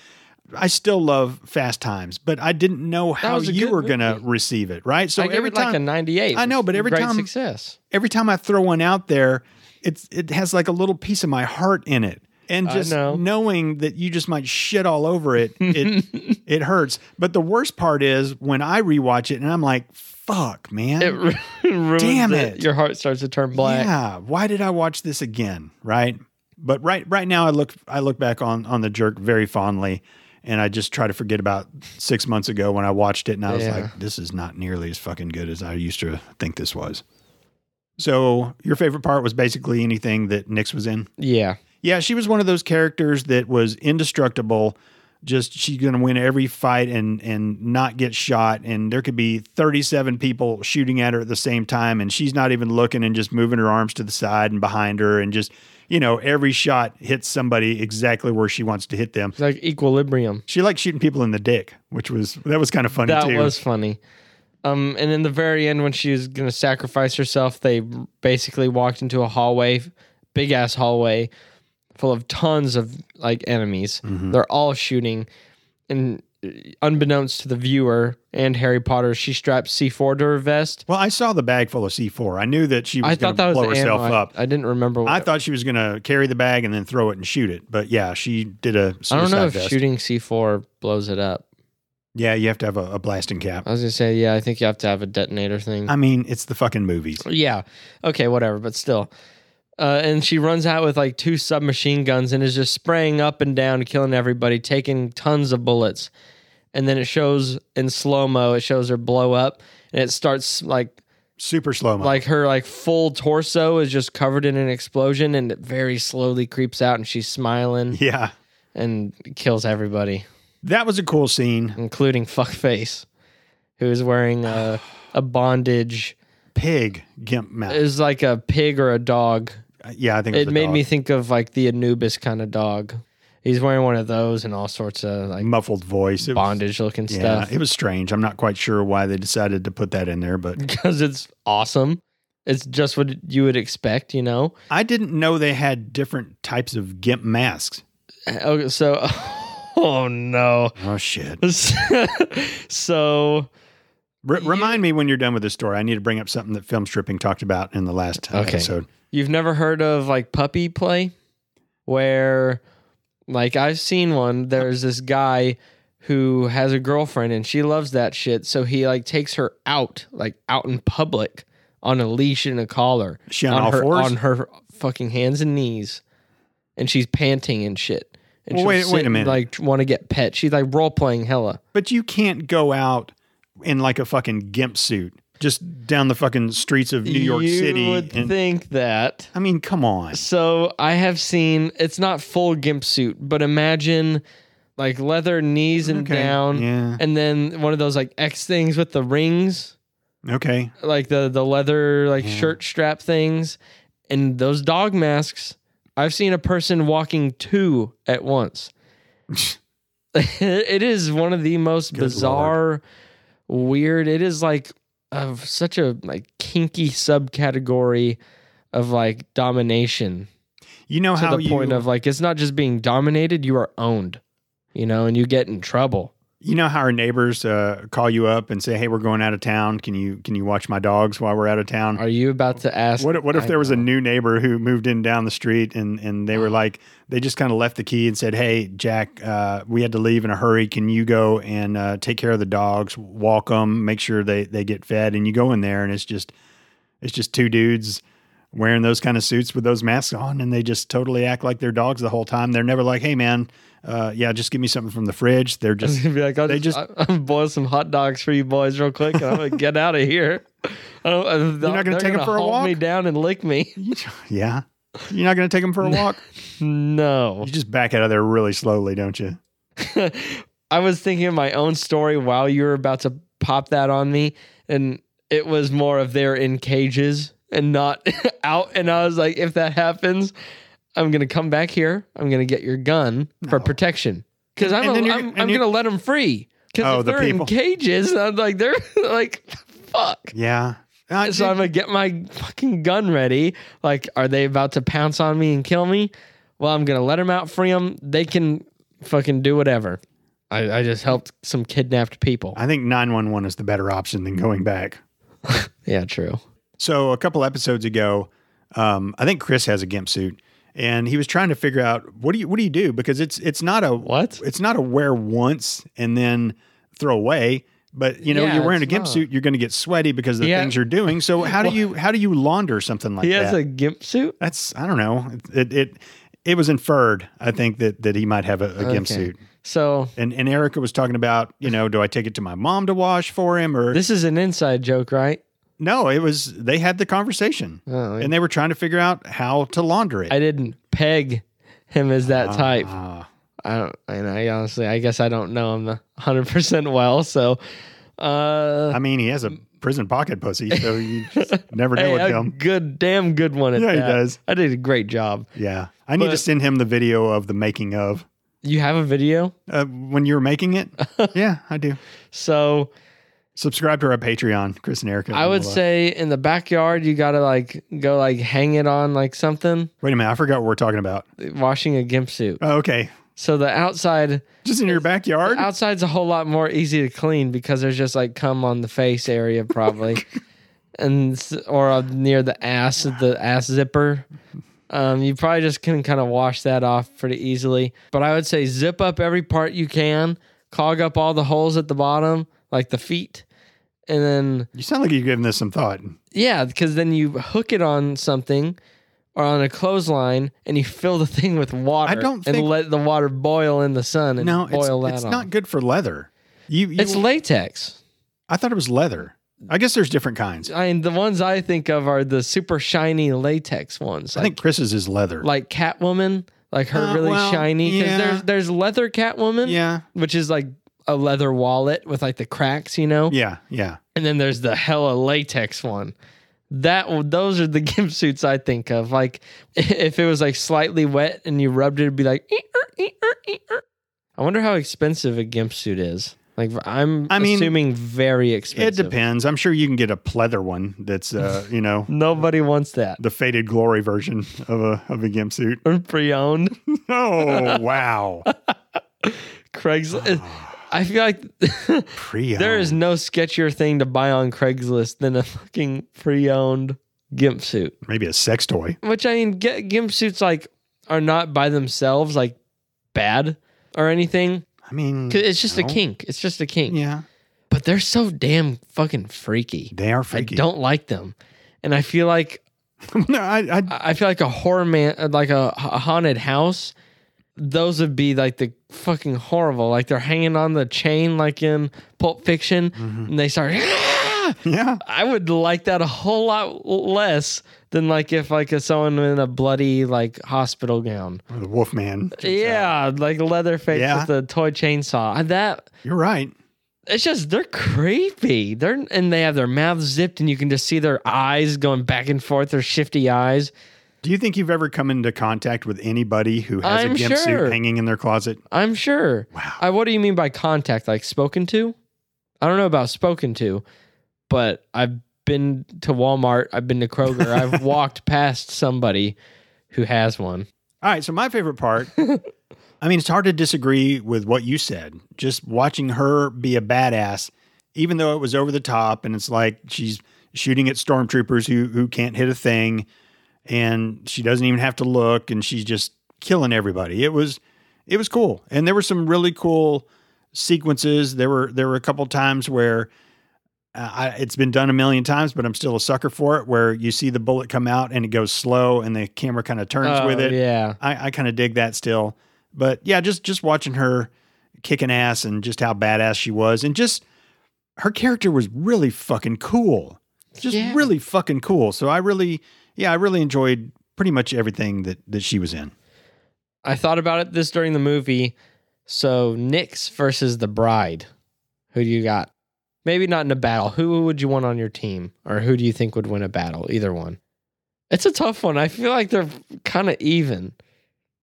I still love Fast Times, but I didn't know how
was a
you
good
were going to
movie.
receive it, right? So
I gave
every
it
time
like a 98.
I know,
which
but
is a
every
great
time-
success.
every time I throw one out there, it's it has like a little piece of my heart in it. And
I
just
know.
knowing that you just might shit all over it, it it hurts. But the worst part is when I rewatch it and I'm like, fuck, man.
It ru- ruins
Mm. Damn
it.
it.
Your heart starts to turn black.
Yeah. Why did I watch this again? Right. But right right now I look I look back on on the jerk very fondly and I just try to forget about six months ago when I watched it and I was
Yeah.
like, this is not nearly as fucking good as I used to think this was. So your favorite part was basically anything that Nix was in?
Yeah.
Yeah, she was one of those characters that was indestructible. Just she's going to win every fight and and not get shot. And there could be 37 people shooting at her at the same time, and she's not even looking and just moving her arms to the side and behind her, and just you know every shot hits somebody exactly where she wants to hit them.
It's like equilibrium.
She liked shooting people in the dick, which was that was kind of funny
That
too.
was funny. Um, and in the very end, when she was going to sacrifice herself, they basically walked into a hallway, big ass hallway, full of tons of like enemies.
Mm-hmm.
They're all shooting, and uh, unbeknownst to the viewer and Harry Potter, she strapped C four to her vest.
well, I saw the bag full of C4. I knew that she
I
was going
thought that
to
was
blow
the ammo.
herself
I-
up.
I, didn't remember. What
I thought she was going to carry the bag and then throw it and shoot it. But yeah, she did a
I
suicide
don't know if
vest.
shooting C four blows it up.
Yeah, you have to have a, a blasting cap.
I was gonna say, yeah, I think you have to have a detonator thing.
I mean, it's the fucking movies.
Yeah. Okay, whatever, but still. Uh, and she runs out with like two submachine guns and is just spraying up and down, killing everybody, taking tons of bullets. And then it shows in slow mo, it shows her blow up and it starts like
Super slow mo.
like her like full torso is just covered in an explosion and it very slowly creeps out and she's smiling
yeah,
and kills everybody,
that was a cool scene.
including fuckface, who is wearing a, a bondage.
Pig gimp mouth.
It was like a pig or a dog.
yeah, I think it, was
It
a
made
dog.
me think of like the Anubis kind of dog. He's wearing one of those and all sorts of like
muffled voice. It was-
bondage looking
yeah,
stuff
it was strange. I'm not quite sure why they decided to put that in there, but
because it's awesome. It's just what you would expect, you know.
I didn't know they had different types of GIMP masks.
Okay, so, oh no.
Oh, shit.
so
R- remind me when you're done with this story. I need to bring up something that film stripping talked about in the last uh,
Okay.
episode.
You've never heard of like puppy play? Where like I've seen one, there's this guy who has a girlfriend and she loves that shit, so he like takes her out, like out in public on a leash and a collar.
She on all
her
fours?
on her fucking hands and knees. And she's panting and shit. And
Well,
she'll
wait-
sit
wait a
and,
minute.
like want to get pet. She's like role playing hella.
But you can't go out in like a fucking gimp suit just down the fucking streets of New York
you
City.
would
and-
think that.
I mean, come on.
So I have seen it's not full gimp suit, but imagine like leather knees and
Okay,
down,
yeah.
and then one of those like X things with the rings,
Okay.
like the the leather like shirt strap things, and those dog masks. I've seen a person walking two at once. it is one of the most
Good
bizarre, weird. It is like of such a like kinky subcategory of like domination
You know
to
how
the
you
point of like it's not just being dominated you are owned you know and you get in trouble
you know how our neighbors uh, call you up and say, "Hey, we're going out of town. Can you can you watch my dogs while we're out of town?"
are you about to ask
What, what if
I
there was a
know. Uh-huh.
new neighbor who moved in down the street and, and they were like, they just kind of left the key and said, Hey, Jack, uh, we had to leave in a hurry. Can you go and uh, take care of the dogs, walk them, make sure they, they get fed? And you go in there and it's just, it's just two dudes wearing those kind of suits with those masks on and they just totally act like they're dogs the whole time. They're never like, Hey man, uh, yeah, just give me something from the fridge. They're just,
be like, I'll
they
just,
just-
I- I'm boil some hot dogs for you boys real quick, and I'm gonna get out of here. I don't, I-
not gonna
they're
take 'em for a
haul
walk?
Me down and lick me.
yeah, you're not going to take them for a walk.
No,
you just back out of there really slowly, don't you?
I was thinking of my own story while you were about to pop that on me, and it was more of they're in cages and not out. And I was like, if that happens, I'm gonna come back here. I'm gonna get your gun for protection because I'm
and then
a,
you're-
I'm,
and
I'm
you're-
gonna let them free because
Oh,
if
the
they're
people.
in cages, I'm like they're like fuck.
Yeah. Uh,
So I'm gonna get my fucking gun ready. Like, are they about to pounce on me and kill me? Well, I'm gonna let them out, free them. They can fucking do whatever. I, I just helped some kidnapped people.
I think 911 is the better option than
Mm-hmm.
going back.
Yeah, true.
So, a couple episodes ago, um, I think Chris has a gimp suit and he was trying to figure out what do you what do you do because it's it's not a
What?
It's not a wear once and then throw away, but you know,
Yeah,
you're wearing a
it's
gimp
not.
suit, you're going to get sweaty because of the
Yeah.
things you're doing. So, how do you how do you launder something like
He has
that?
a gimp suit.
That's I don't know. It it it was inferred, I think that that he might have a, a gimp
Okay.
suit.
So
And and Erica was talking about, you know, do I take it to my mom to wash for him or
this is an inside joke, right?
No, it was they had the conversation
Oh,
and they were trying to figure out how to launder it.
I didn't peg him as that type.
Ah.
I don't. And I honestly, I guess I don't know him 100 percent well. So, uh,
I mean, he has a prison pocket pussy, so you just never know
hey,
with
a
him.
good, damn good one at
Yeah,
that.
he does.
I did a great job.
Yeah, I need to
but-
send him the video of the making of
You have a video.
uh, when you were making it. yeah, I do.
So
Subscribe to our Patreon, Chris and Erica.
I would
We'll, uh,
say in the backyard, you gotta like go like hang it on like something,
Wait a minute, I forgot what we're talking about.
washing a gimp suit.
Oh, okay,
So the outside,
just in your backyard.
outside's a whole lot more easy to clean because there's just like cum on the face area probably, and s- or uh, near the ass, the ass zipper. Um, you probably just can kind of wash that off pretty easily. But I would say zip up every part you can, clog up all the holes at the bottom, like the feet, and then.
You sound like you've given this some thought.
Yeah, because then you hook it on something or on a clothesline and you fill the thing with water.
I don't
and
think-
let the water boil in the sun and
No, it's,
boil that
it's
on.
not good for leather. You, you
it's latex.
I thought it was leather. I guess there's different kinds.
I mean, the ones I think of are the super shiny latex ones.
I
like,
think Chris's is leather.
like Catwoman, like her
Uh,
really
well,
shiny. Because
yeah.
there's there's leather Catwoman,
yeah,
which is like a leather wallet with like the cracks, you know.
yeah, yeah.
And then there's the hella latex one. That one- those are the gimp suits I think of. Like if it was like slightly wet "Eh, and you rubbed it, it'd be like. "Ee, er, ee, er, ee, er." I wonder how expensive a gimp suit is. Like I'm
I mean,
assuming very
It
expensive.
depends. I'm sure you can get a pleather one that's, uh, you know,
Nobody wants that.
the faded glory version of a of a gimp suit.
Pre-owned
Oh wow,
Craigslist. I feel like
pre.
there is no sketchier thing to buy on Craigslist than a fucking pre-owned gimp suit.
maybe a sex toy.
Which I mean, g- gimp suits like are not by themselves like bad or anything.
I mean,
'Cause It's just a
Mm, no.
kink. It's just a kink.
Yeah,
But they're so damn fucking freaky.
they are
I
freaky.
don't like them, and I feel like
no, I, I
I I feel like a horror man, like a, a haunted house. Those would be like the fucking horrible. Like they're hanging on the chain, like in Pulp Fiction,
Mm-hmm.
and they start. "Ah!"
yeah.
I would like that a whole lot less than like if like a, someone in a bloody like hospital gown.
Or the Wolfman.
Yeah, like Leatherface
Yeah.
with the toy chainsaw. I- That
You're right.
it's just they're creepy. They're and they have their mouths zipped, and you can just see their eyes going back and forth. Their shifty eyes.
Do you think you've ever come into contact with anybody who has
I'm
a gimp
sure.
suit hanging in their closet?
I'm sure.
Wow.
I, what do you mean by contact? Like spoken to? I don't know about spoken to, but I've been to Walmart. I've been to Kroger. I've walked past somebody who has one.
All right. So my favorite part. I mean, it's hard to disagree with what you said. Just watching her be a badass, even though it was over the top, and it's like she's shooting at stormtroopers who who can't hit a thing, and she doesn't even have to look, and she's just killing everybody. It was it was cool, and there were some really cool sequences. There were there were a couple times where. Uh, I, it's been done a million times, but I'm still a sucker for it. Where you see the bullet come out and it goes slow, and the camera kind of turns
Oh,
with it.
Yeah.
I, I kind of dig that still. But yeah, just just watching her kicking ass and just how badass she was, and just her character was really fucking cool, just
Yeah.
really fucking cool. So I really, yeah, I really enjoyed pretty much everything that that she was in.
I thought about it this during the movie. So Nyx versus the bride. Who do you got? Maybe not in a battle. Who would you want on your team? Or who do you think would win a battle? Either one. It's a tough one. I feel like they're kind of even.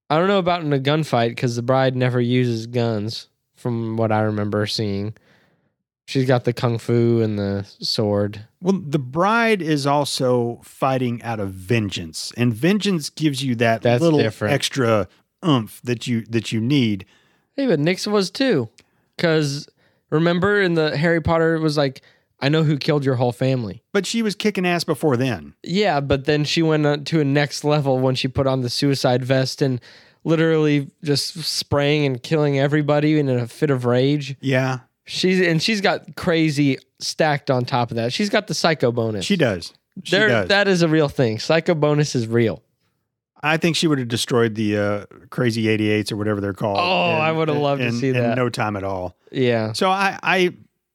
I don't know about in a gunfight because the bride never uses guns, from what I remember seeing. She's got the kung fu and the sword.
Well, the bride is also fighting out of vengeance, and vengeance gives you that
That's
little
different.
extra oomph that you that you need.
Hey, but Nyx was too. Because remember in the Harry Potter, it was like, I know who killed your whole family.
But she was kicking ass before then.
Yeah, but then she went on to a next level when she put on the suicide vest and literally just spraying and killing everybody in a fit of rage.
Yeah,
She's and she's got crazy stacked on top of that. She's got the psycho bonus.
she does. She
There-
does.
That is a real thing. Psycho bonus is real.
I think she would have destroyed the uh, crazy 88s or whatever they're called.
Oh, I would've loved to
in-
see
in
that.
no time at all.
Yeah,
So I, I,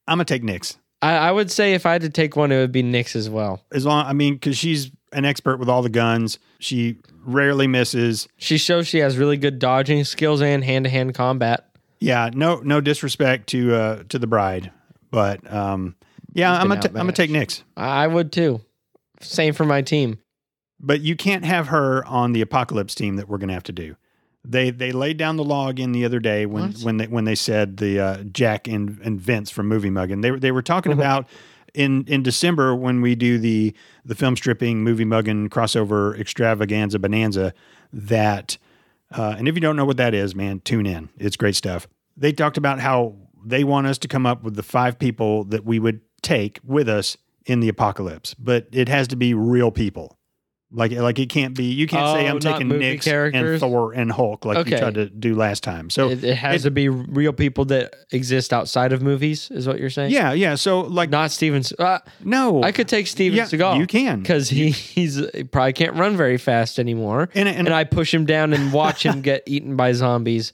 I'm gonna take Nyx
I, I would say if I had to take one, it would be Nyx as well.
as long. I mean, because she's an expert with all the guns. She rarely misses.
She shows she has really good dodging skills and hand to hand combat.
Yeah, no, no disrespect to uh, to the bride, but um, yeah,
You've
I'm
been
gonna, i I'm gonna
outmatched.
take Nyx.
I I would too. Same for my team.
But you can't have her on the apocalypse team that we're gonna have to do. They they laid down the law again the other day when
What?
when they when they said the uh, Jack and, and Vince from Movie Muggin. They were- they were talking
Mm-hmm.
about in in December when we do the the film stripping Movie Muggin crossover extravaganza bonanza that uh, and if you don't know what that is, man, tune in. It's great stuff. They talked about how they want us to come up with the five people that we would take with us in the apocalypse, but it has to be real people. Like, like it can't be. You can't say
Oh,
I'm
not
taking
movie
Nick and
characters?
Thor and Hulk like you
Okay.
tried to do last time. So
It, it has
it-
to be real people that exist outside of movies, is what you're saying.
yeah, yeah. So like,
not Steven. Se- Uh,
no,
I could take Steven
Yeah,
Seagal.
you can.
because he he's he probably can't run very fast anymore.
And-
And,
and-
I push him down and watch him get eaten by zombies.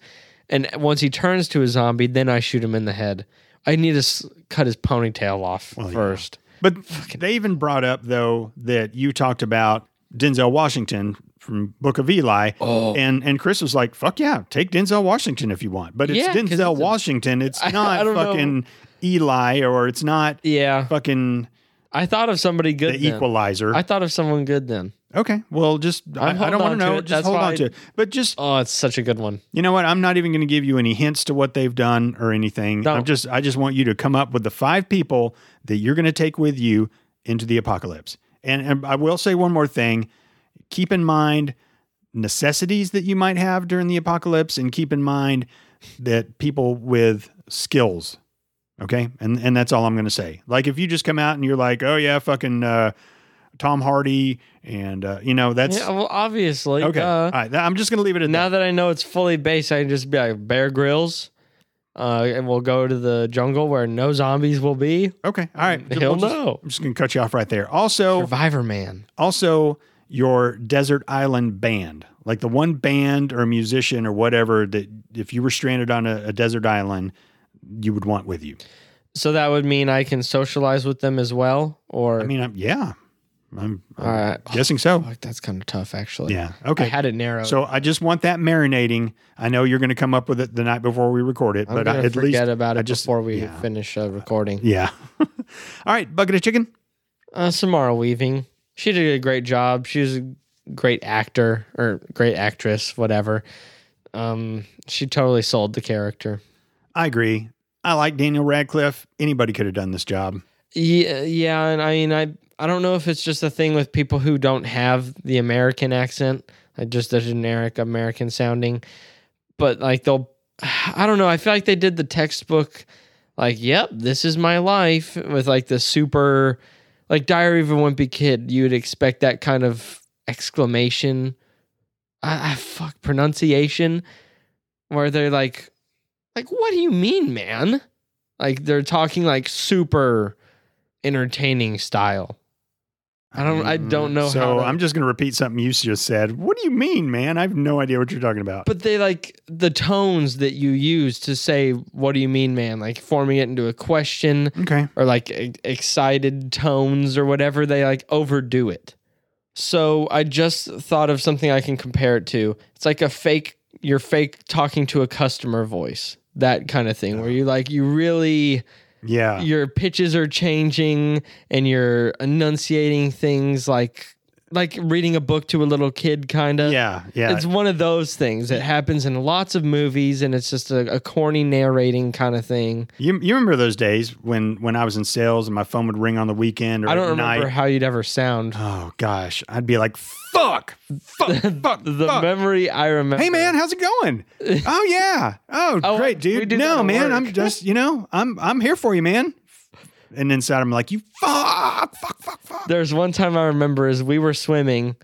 And once he turns to a zombie, then I shoot him in the head. I need to s- cut his ponytail off
yeah.
first.
But they even brought up though that you talked about Denzel Washington from Book of Eli, and and Chris was like, "Fuck yeah, take Denzel Washington if you want." But it's
Yeah, 'cause
Denzel
it's a-
Washington. It's
I-
not
I don't know.
fucking Eli, or it's not
Yeah,
fucking
I thought of somebody
the
good. then.
Equalizer.
I thought of someone good then.
Okay. Well, just I,
I'm
I
holding
don't want
on
to
to
know.
it.
Just
That's
hold
why
on
I-
to it. But just
Oh, it's such a good one.
you know what? I'm not even going to give you any hints to what they've done or anything. I'm
Don't.
just I just want you to come up with the five people that you're going to take with you into the apocalypse. And, and I will say one more thing. Keep in mind necessities that you might have during the apocalypse, and keep in mind that people with skills. Okay, and and that's all I'm going to say. Like if you just come out and you're like, oh yeah, fucking uh, Tom Hardy, and uh, you know that's
Yeah, uh, well, obviously.
okay.
duh.
all right, I'm just going to leave it at that.
Now that I know it's fully based, I can just be like Bear Grylls, uh, and we'll go to the jungle where no zombies will be.
Okay. All right.
Mm, He'll
just-
know.
I'm just going to cut you off right there. Also,
Survivor Man.
also your desert island band, like the one band or musician or whatever that if you were stranded on a, a desert island, you would want with you.
So that would mean I can socialize with them as well, or uh,
I mean, I'm, yeah, I'm, I'm
all right.
guessing so.
oh, Fuck, that's kind of tough, actually.
Yeah.
I
Okay.
had it narrow.
So I just want that marinating. I know you're going to come up with it the night before we record it,
I'm
but
gonna
I, at
forget
least
about it
I just-
before we
yeah.
finish uh, recording.
yeah. All right, bucket of chicken.
Uh, Samara Weaving. She did a great job. She was a great actor or great actress, whatever. Um, she totally sold the character.
I agree. I like Daniel Radcliffe. Anybody could have done this job.
Yeah, uh, yeah, and I mean, I I don't know if it's just a thing with people who don't have the American accent, like just a generic American sounding, but like they'll, I don't know. I feel like they did the textbook, like, yep, this is my life with like the super, like Diary of a Wimpy Kid. You would expect that kind of exclamation, I, I fuck pronunciation, where they're like, like, what do you mean, man? Like they're talking like super entertaining style. I don't- I don't know
Mm, So
how to-
I'm just going to repeat something you just said. What do you mean, man? I have no idea what you're talking about.
But they like the tones that you use to say, What do you mean, man? Like forming it into a question
okay.
or like e- excited tones or whatever. They like overdo it. So I just thought of something I can compare it to. It's like a fake, you're fake talking to a customer voice, that kind of thing, where you like, you really.
Yeah.
your pitches are changing and you're enunciating things like like reading a book to a little kid kind of
Yeah. Yeah.
it's one of those things it happens in lots of movies and it's just a, a corny narrating kind of thing
you, you remember those days when when I was in sales and my phone would ring on the weekend or
i don't
at night.
remember how you'd ever sound
Oh gosh, I'd be like, fuck, fuck, fuck,
the
fuck.
memory i remember
Hey man, how's it going? oh yeah. Oh,
Oh,
great,
we
dude.
do that
No,
at
man, I'm
work.
just, you know, I'm I'm here for you, man. And inside I'm like, you fuck, fuck, fuck, fuck.
there's one time I remember is we were swimming,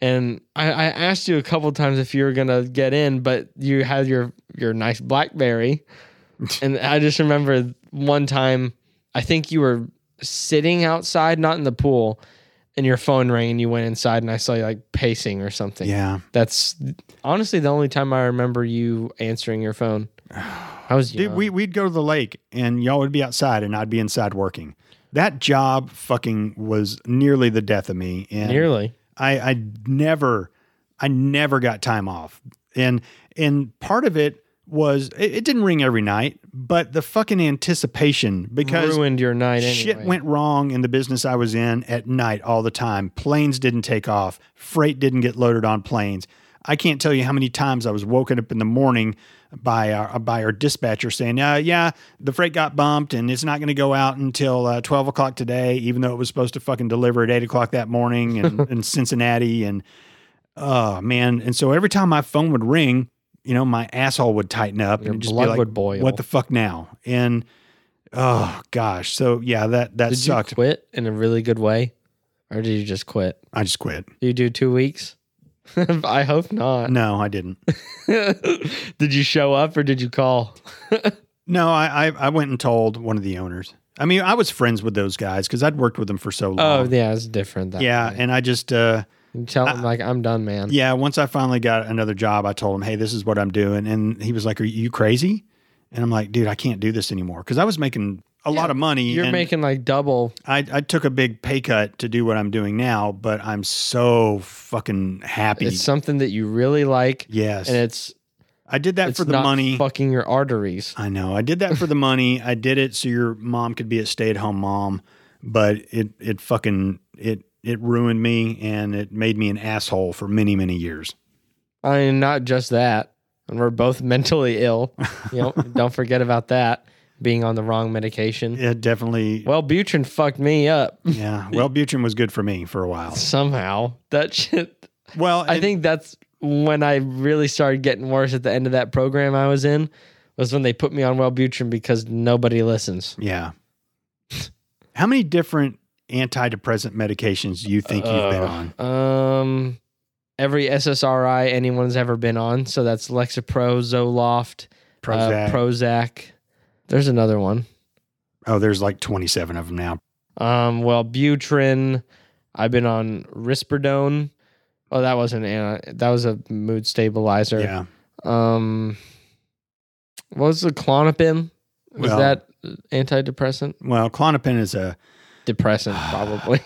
and I, I asked you a couple times if you were gonna get in, but you had your your nice BlackBerry, and I just remember one time I think you were sitting outside, not in the pool, and your phone rang, and you went inside, and I saw you like pacing or something.
Yeah.
that's honestly the only time I remember you answering your phone. I was
Dude,
young.
we, we'd go to the lake and y'all would be outside and I'd be inside working. That job fucking was nearly the death of me. And
nearly.
I, I never, I never got time off. And, and part of it was, it, it didn't ring every night, but the fucking anticipation because
Ruined your night anyway.
shit went wrong in the business I was in at night all the time. Planes didn't take off, freight didn't get loaded on planes. I can't tell you how many times I was woken up in the morning by our by our dispatcher saying, uh, "Yeah, the freight got bumped and it's not going to go out until uh, twelve o'clock today," even though it was supposed to fucking deliver at eight o'clock that morning in, in Cincinnati. And oh man, and so every time my phone would ring, you know, my asshole would tighten up
Your
and just
blood
be like,
would boil.
"What the fuck now?" And Oh gosh. So yeah, that that
Did
sucked.
you quit in a really good way, or did you just quit?
I just quit.
You do two weeks? I hope not.
No, I didn't.
did you show up or did you call?
No, I, I I went and told one of the owners. I mean, I was friends with those guys because I'd worked with them for so
Oh,
long.
yeah, it's different. That
yeah,
way.
and I just uh
You tell them, like, I'm done, man.
yeah, once I finally got another job, I told him, "Hey, this is what I'm doing." And he was like, "Are you crazy?" And I'm like, "Dude, I can't do this anymore." Cuz I was making a lot of money
You're
and
making like double.
I, I took a big pay cut to do what I'm doing now, but I'm so fucking happy.
It's something that you really like,
yes.
and it's,
I did that
it's
for the
not
money.
fucking your arteries.
I know. I did that for the money. I did it so your mom could be a stay-at-home mom, but it it fucking it it ruined me and it made me an asshole for many, many years.
I mean, not just that. And we're both mentally ill. You know, don't forget about that. Being on the wrong medication.
It definitely,
Well, Butrin fucked me up
yeah. Well, Butrin was good for me for a while.
somehow. That shit.
Well,
I
and-
think that's when I really started getting worse at the end of that program I was in. Was when they put me on Wellbutrin because nobody listens.
yeah. How many different antidepressant medications do you think you've
Uh,
been on?
Um, every SSRI anyone's ever been on. So that's Lexapro, Zoloft, uh,
Prozac.
Prozac. There's another one.
oh, there's like 27 of them now.
Um, well, Butrin. I've been on Risperdone. Oh, that wasn't an anti- that was a mood stabilizer.
Yeah.
Um, what was the Clonopin? Was
Well-
that antidepressant?
Well, clonopin is a
Depressant, probably.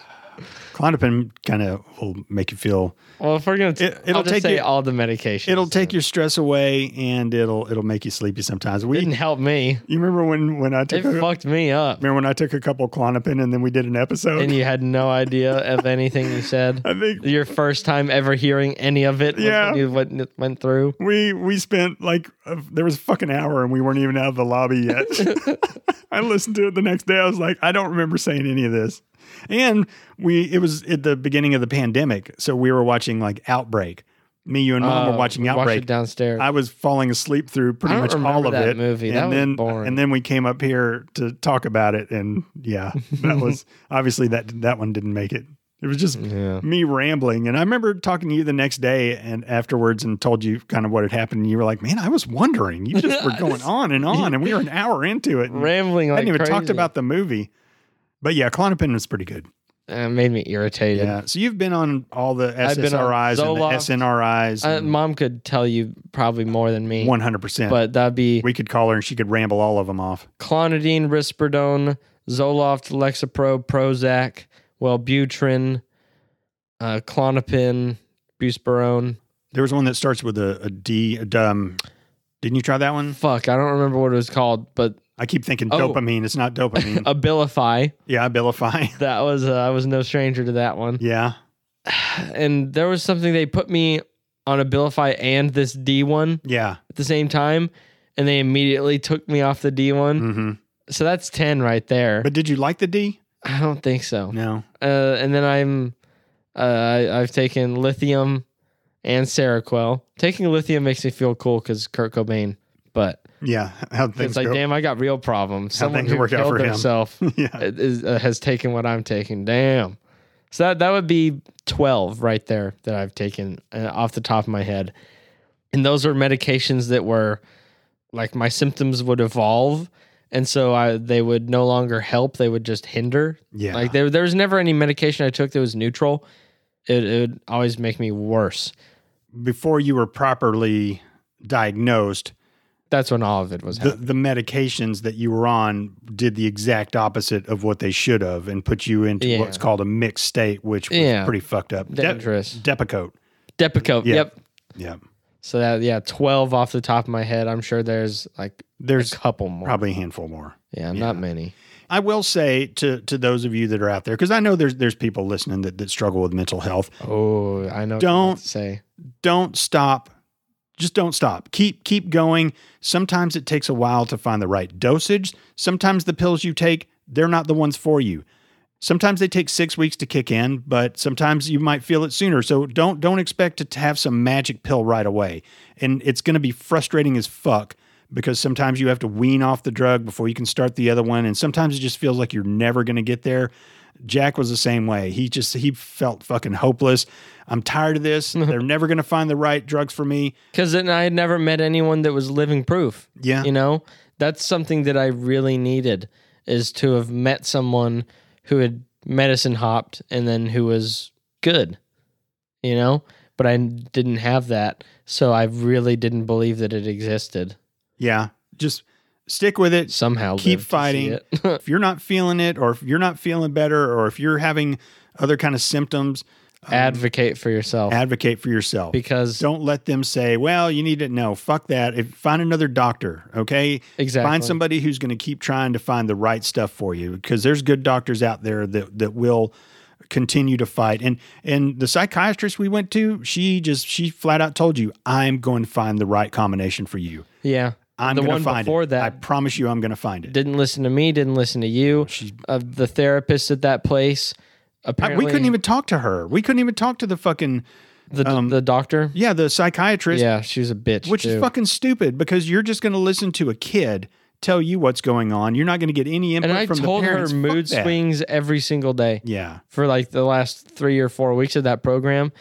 clonopin kind of will make you feel
well, if we're gonna,
It-
it'll
it'll
just
take
say
you-
all the medications.
it'll take your stress away and it'll it'll make you sleepy sometimes.
Didn't
We
help me.
you remember when when I
It
took a,
fucked me up.
remember when I took a couple clonopin and then we did an episode.
and you had no idea of anything you said.
I think
Your first time ever hearing any of it, was
Yeah.
when you went, went through.
we we spent like a, there was a fucking hour and we weren't even out of the lobby yet. I listened to it the next day. I was like, I don't remember saying any of this. And we it was at the beginning of the pandemic, so we were watching like Outbreak. Me, you, and Mom
Uh,
were watching
we watched
Outbreak.
it downstairs.
I was falling asleep through pretty
I don't
much
remember
all of
that
it.
movie.
And
That was
then,
boring.
And then we came up here to talk about it, and yeah, that was obviously that that one didn't make it. It was just
Yeah.
me rambling, and I remember talking to you the next day and afterwards, and told you kind of what had happened. And you were like, "Man, I was wondering. You just were going on and on, and we were an hour into it. and
Rambling
I
like
hadn't even
crazy.
talked about the movie." But yeah, clonopin was pretty good.
Uh, It made me irritated. Uh,
Yeah. So you've been on all the
I've been on
SSRIs and the
Zoloft.
SNRIs,
Uh, mom could tell you probably more than me,
one hundred percent.
but that'd be
We could call her and she could ramble all of them off.
clonidine, risperidone, Zoloft, Lexapro, Prozac, Wellbutrin, uh, clonopin, buspirone.
There was one that starts with a, a D. a d- um, didn't you try that one?
Fuck, I don't remember what it was called, but
I keep thinking
Oh.
dopamine. It's not dopamine.
Abilify.
yeah, Abilify.
That was uh, I was no stranger to that one.
yeah.
and there was something they put me on Abilify and this D one
Yeah.
at the same time, and they immediately took me off the D one.
hmm
So that's ten right there.
But did you like the D?
I don't think so.
No.
Uh, and then I'm, uh, I, I've taken lithium and Seroquel. Taking lithium makes me feel cool because Kurt Cobain. But
Yeah. How
it's
things
like,
go.
damn, I got real problems.
How
Someone
things
who
worked out
killed
for him.
herself
yeah.
is, uh, has taken what I'm taking. Damn. So that, that would be 12 right there that I've taken uh, off the top of my head. And those are medications that were like my symptoms would evolve. And so I, they would no longer help. They would just hinder.
Yeah.
Like there, there was never any medication I took that was neutral. It, it would always make me worse.
Before you were properly diagnosed,
That's when all of it was
the,
happening.
the medications that you were on did the exact opposite of what they should have and put you into
Yeah.
what's called a mixed state, which was
Yeah.
pretty fucked up. De-
Dangerous.
Depakote.
Depakote.
Yeah.
Yep.
Yeah.
So that, yeah, 12 off the top of my head. I'm sure there's like
There's
a couple more.
probably a handful more.
Yeah, not many.
I will say to to those of you that are out there, because I know there's there's people listening that, that struggle with mental health.
Oh, I know. what you're about
Don't-
to say.
Don't stop. Just don't stop. Keep keep going. Sometimes it takes a while to find the right dosage. Sometimes the pills you take, they're not the ones for you. Sometimes they take six weeks to kick in, but sometimes you might feel it sooner. So don't don't expect to t- have some magic pill right away. And it's going to be frustrating as fuck because sometimes you have to wean off the drug before you can start the other one, and sometimes it just feels like you're never going to get there. Jack was the same way. He just he felt fucking hopeless. I'm tired of this. They're never going to find the right drugs for me.
Because then I had never met anyone that was living proof.
Yeah.
You know, that's something that I really needed is to have met someone who had medicine hopped and then who was good, you know, but I didn't have that. So I really didn't believe that it existed
Yeah. Just stick with it.
somehow. lived
Keep
to see
fighting.
it.
If you're not feeling it or if you're not feeling better or if you're having other kind of symptoms,
Advocate for yourself
advocate for yourself.
because
Um, don't let them say, "Well, you need to no, fuck that. If, find another doctor, okay?
Exactly.
Find somebody who's going to keep trying to find the right stuff for you because there's good doctors out there that that will continue to fight. And and the psychiatrist we went to, she just she flat out told you, I'm going to find the right combination for you.
Yeah.
I'm
the
going
one
to find
before
it.
that
I promise you, I'm going to find it.
didn't listen to me, didn't listen to you. Of the therapist at that place,
I-
apparently
we couldn't even talk to her. We couldn't even talk to the fucking
the, the doctor.
yeah the psychiatrist.
Yeah, she was a bitch.
which
too.
is fucking stupid because you're just going to listen to a kid tell you what's going on. You're not going to get any input
And I
from
told
the
her
parents. Fuck
mood
that.
swings every single day
Yeah,
for like the last three or four weeks of that program.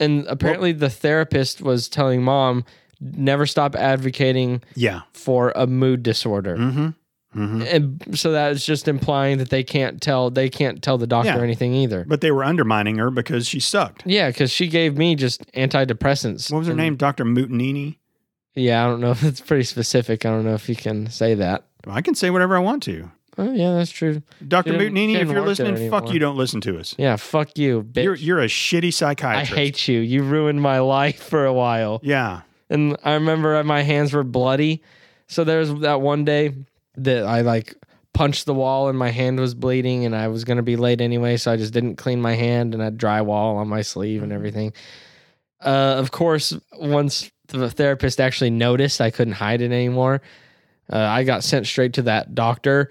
And apparently, the therapist was telling mom, never stop advocating
yeah,
for a mood disorder.
Mm-hmm.
And so that is just implying that they can't tell they can't tell the doctor
Yeah.
anything either.
but they were undermining her because she sucked.
Yeah, because she gave me just antidepressants.
What was her
And-
name? Doctor Moutonini.
Yeah, I don't know. That's pretty specific. I don't know if you can say that.
I can say whatever I want to.
Oh yeah, that's true.
Doctor
She didn't- she
Moutonini, if
didn't
you're
work there
listening, fuck
anymore.
you. Don't listen to us.
Yeah, fuck you, bitch.
You're you're a shitty
I
psychiatrist.
hate you. You ruined my life for a while.
Yeah,
And I remember my hands were bloody. So there's that one day that I like punched the wall and my hand was bleeding and I was going to be late anyway, so I just didn't clean my hand and I had drywall on my sleeve and everything. Uh, of course, once the therapist actually noticed I couldn't hide it anymore, uh, I got sent straight to that doctor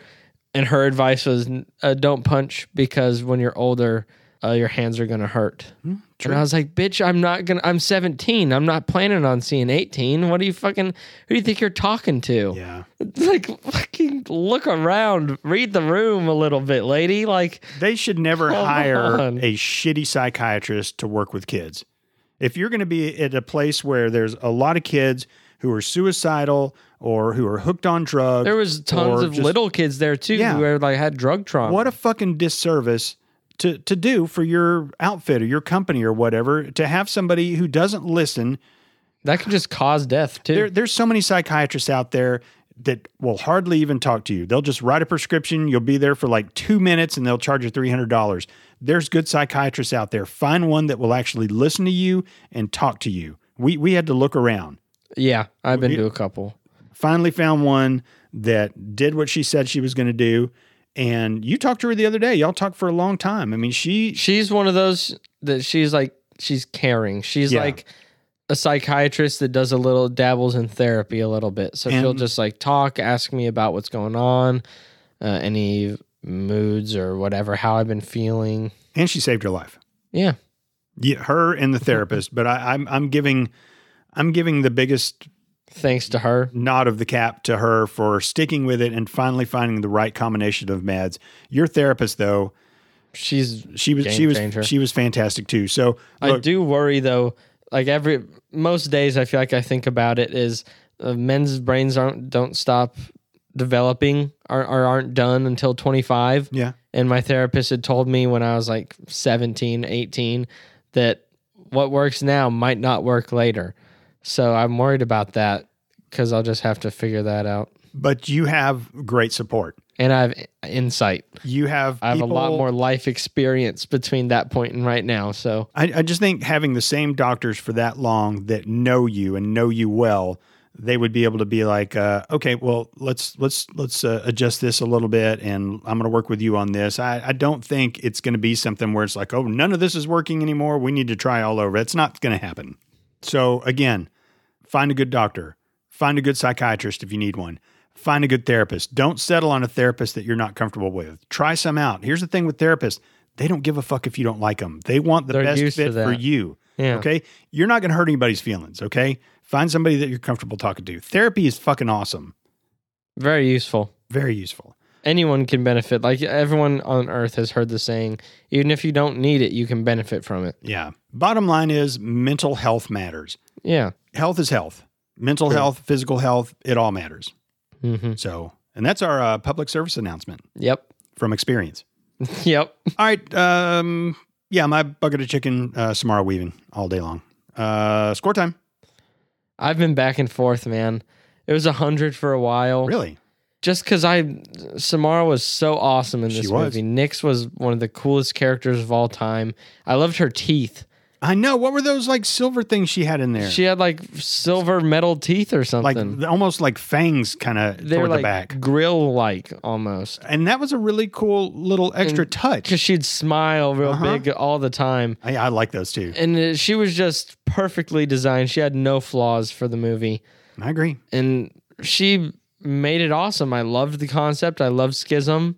and her advice was uh, don't punch because when you're older, uh, your hands are going to hurt. And I was like, bitch, I'm not going to, I'm 17. I'm not planning on seeing 18. What do you fucking, who do you think you're talking to?
yeah.
Like, fucking look around, read the room a little bit, lady. Like,
They should never
Come
hire
on.
a shitty psychiatrist to work with kids. If you're going to be at a place where there's a lot of kids who are suicidal or who are hooked on drugs,
there was tons
or
of
just-
little kids there too
Yeah.
who were like had drug trauma.
What a fucking disservice to to do for your outfit or your company or whatever to have somebody who doesn't listen.
that could just cause death too.
There, there's so many psychiatrists out there that will hardly even talk to you. They'll just write a prescription. You'll be there for like two minutes and they'll charge you three hundred dollars. There's good psychiatrists out there. Find one that will actually listen to you and talk to you. We we had to look around.
yeah, I've been to a couple.
Finally found one that did what she said she was going to do. And you talked to her the other day. Y'all talked for a long time. I mean, she
She's one of those that she's like, she's caring. She's
Yeah.
like a psychiatrist that does a little, dabbles in therapy a little bit. So she'll
And-
just like talk, ask me about what's going on, uh, any moods or whatever, how I've been feeling.
and she saved your life.
Yeah.
Yeah, her and the therapist. but I, I'm I'm giving I'm giving the biggest
Thanks to her.
nod of the cap to her for sticking with it and finally finding the right combination of meds. Your therapist, though,
She's
she was she
Game
was
changer.
she was fantastic too. So
I
look,
do worry though. Like every most days, I feel like I think about it is uh, men's brains aren't don't stop developing or, or aren't done until 25.
yeah,
And my therapist had told me when I was like 17, 18 that what works now might not work later. So I'm worried about that because I'll just have to figure that out.
but you have great support.
And I have i- insight.
You have
I have a lot
people-
more life experience between that point and right now. So
I, I just think having the same doctors for that long that know you and know you well, they would be able to be like, uh, okay, well, let's let's let's uh, adjust this a little bit, and I'm going to work with you on this. I, I don't think it's going to be something where it's like, oh, none of this is working anymore. We need to try all over. It's not going to happen. So again, find a good doctor, find a good psychiatrist if you need one, find a good therapist. Don't settle on a therapist that you're not comfortable with. Try some out. Here's the thing with therapists they don't give a fuck if you don't like them, they want the
They're
best
used to
fit for
that.
you.
Yeah.
Okay. You're not going to hurt anybody's feelings. Okay. Find somebody that you're comfortable talking to. Therapy is fucking awesome,
very useful.
very useful.
anyone can benefit. Like everyone on earth has heard the saying, even if you don't need it, you can benefit from it.
Yeah. Bottom line is mental health matters.
Yeah.
Health is health. Mental health, physical health, it all matters.
hmm
So, and that's our uh, public service announcement
Yep.
from experience.
Yep.
All right. Um, yeah, my bucket of chicken, uh, Samara weaving all day long. Uh, score time.
I've been back and forth, man. It was a hundred for a while.
Really?
Just because I, Samara was so awesome in
She
this
was.
movie. Nyx was one of the coolest characters of all time. I loved her teeth.
I know. What were those like silver things she had in there?
She had like silver metal teeth or
like
something.
almost like fangs kind of
they were
toward
like
the back.
grill like almost.
And that was a really cool little extra
Because
touch.
she'd smile real
Uh-huh.
big all the time.
I, I like those too.
And uh, she was just perfectly designed. She had no flaws for the movie.
I agree.
and she made it awesome. I loved the concept. I loved Schism.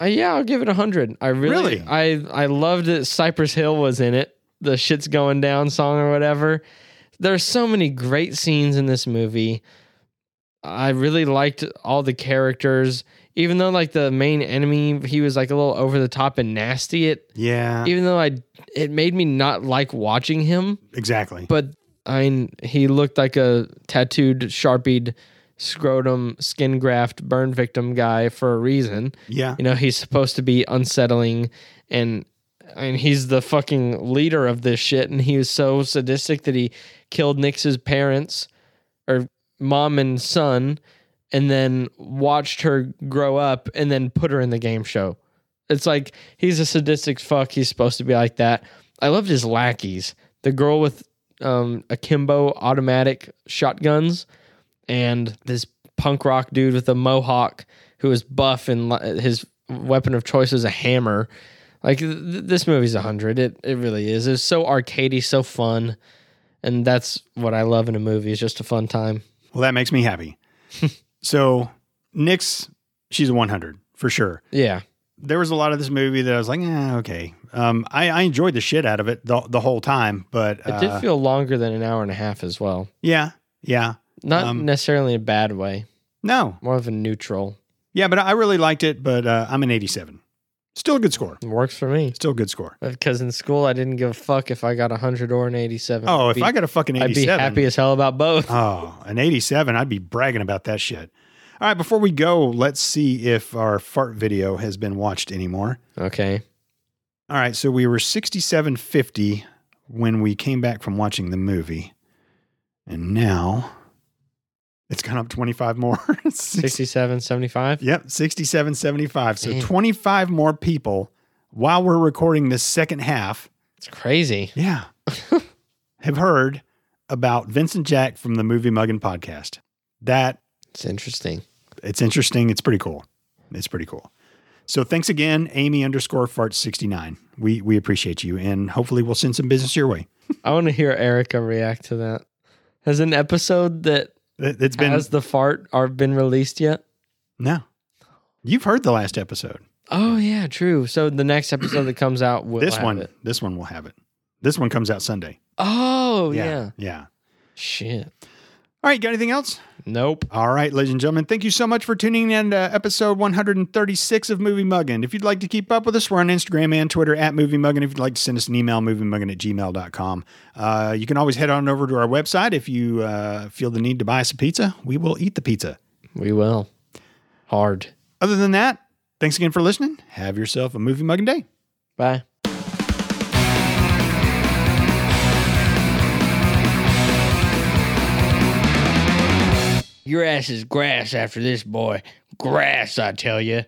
Uh, yeah, I'll give it a hundred. I really,
Really?
I I loved that Cypress Hill was in it. The shit's going down song or whatever. There's so many great scenes in this movie. I really liked all the characters. Even though like the main enemy, he was like a little over the top and nasty. It
Yeah,
even though I it made me not like watching him
exactly.
but I mean, he looked like a tattooed, sharpied, scrotum skin graft burn victim guy for a reason.
yeah,
You know, he's supposed to be unsettling, and I mean, he's the fucking leader of this shit, and he was so sadistic that he killed Nix's parents, or mom and son, and then watched her grow up, and then put her in the game show. It's like he's a sadistic fuck. He's supposed to be like that. I loved his lackeys. The girl with um, a Kimbo automatic shotguns, and this punk rock dude with a mohawk who is buff and li- his weapon of choice is a hammer. Like th- th- this movie's a hundred. It it really is. It's so arcadey, so fun, and that's what I love in a movie. It's just a fun time.
Well, that makes me happy. so, Nyx, she's a 100 for sure.
Yeah,
There was a lot of this movie that I was like, eh, okay. Um, I, I enjoyed the shit out of it the, the whole time, but
it
uh,
did feel longer than an hour and a half as well.
yeah, yeah.
Not
Um,
necessarily in a bad way.
No,
More of a neutral.
yeah, but I really liked it. But uh, I'm an 87. Still a good score.
It works for me.
Still a good score.
Because in school, I didn't give a fuck if I got a 100 or an 87.
Oh,
I'd
if
be-
I got a fucking
I'd be
87,
happy as hell about both.
Oh, an 87, I'd be bragging about that shit. All right, before we go, let's see if our fart video has been watched anymore.
Okay.
All right, so we were 6750 when we came back from watching the movie. And now it's gone up 25 more. Six-
67, 75.
yep, 6775. So
Damn.
25 more people while we're recording this second half.
It's crazy.
Yeah. have heard about Vincent Jack from the Movie Muggin podcast. That
It's interesting.
it's interesting. It's pretty cool. It's pretty cool. So thanks again, Amy underscore fart sixty nine. We we appreciate you, and hopefully we'll send some business your way.
I want to hear Erica react to that. Has an episode that
It- It's been
has the fart are been released yet?
no. You've heard the last episode.
Oh, yeah, true. So the next episode that comes out will
this
have
one,
it.
this one will have it. This one comes out Sunday.
Oh, yeah.
yeah, yeah.
Shit.
All right, got anything else?
Nope.
All right, ladies and gentlemen, thank you so much for tuning in to episode 136 of Movie Muggin. If you'd like to keep up with us, we're on Instagram and Twitter at Movie Muggin. If you'd like to send us an email, moviemuggin at gmail.com. Uh, you can always head on over to our website if you uh, feel the need to buy us a pizza. We will eat the pizza.
We will. Hard.
Other than that, thanks again for listening. Have yourself a Movie Muggin day.
Bye. Your ass is grass after this, boy. Grass, I tell you.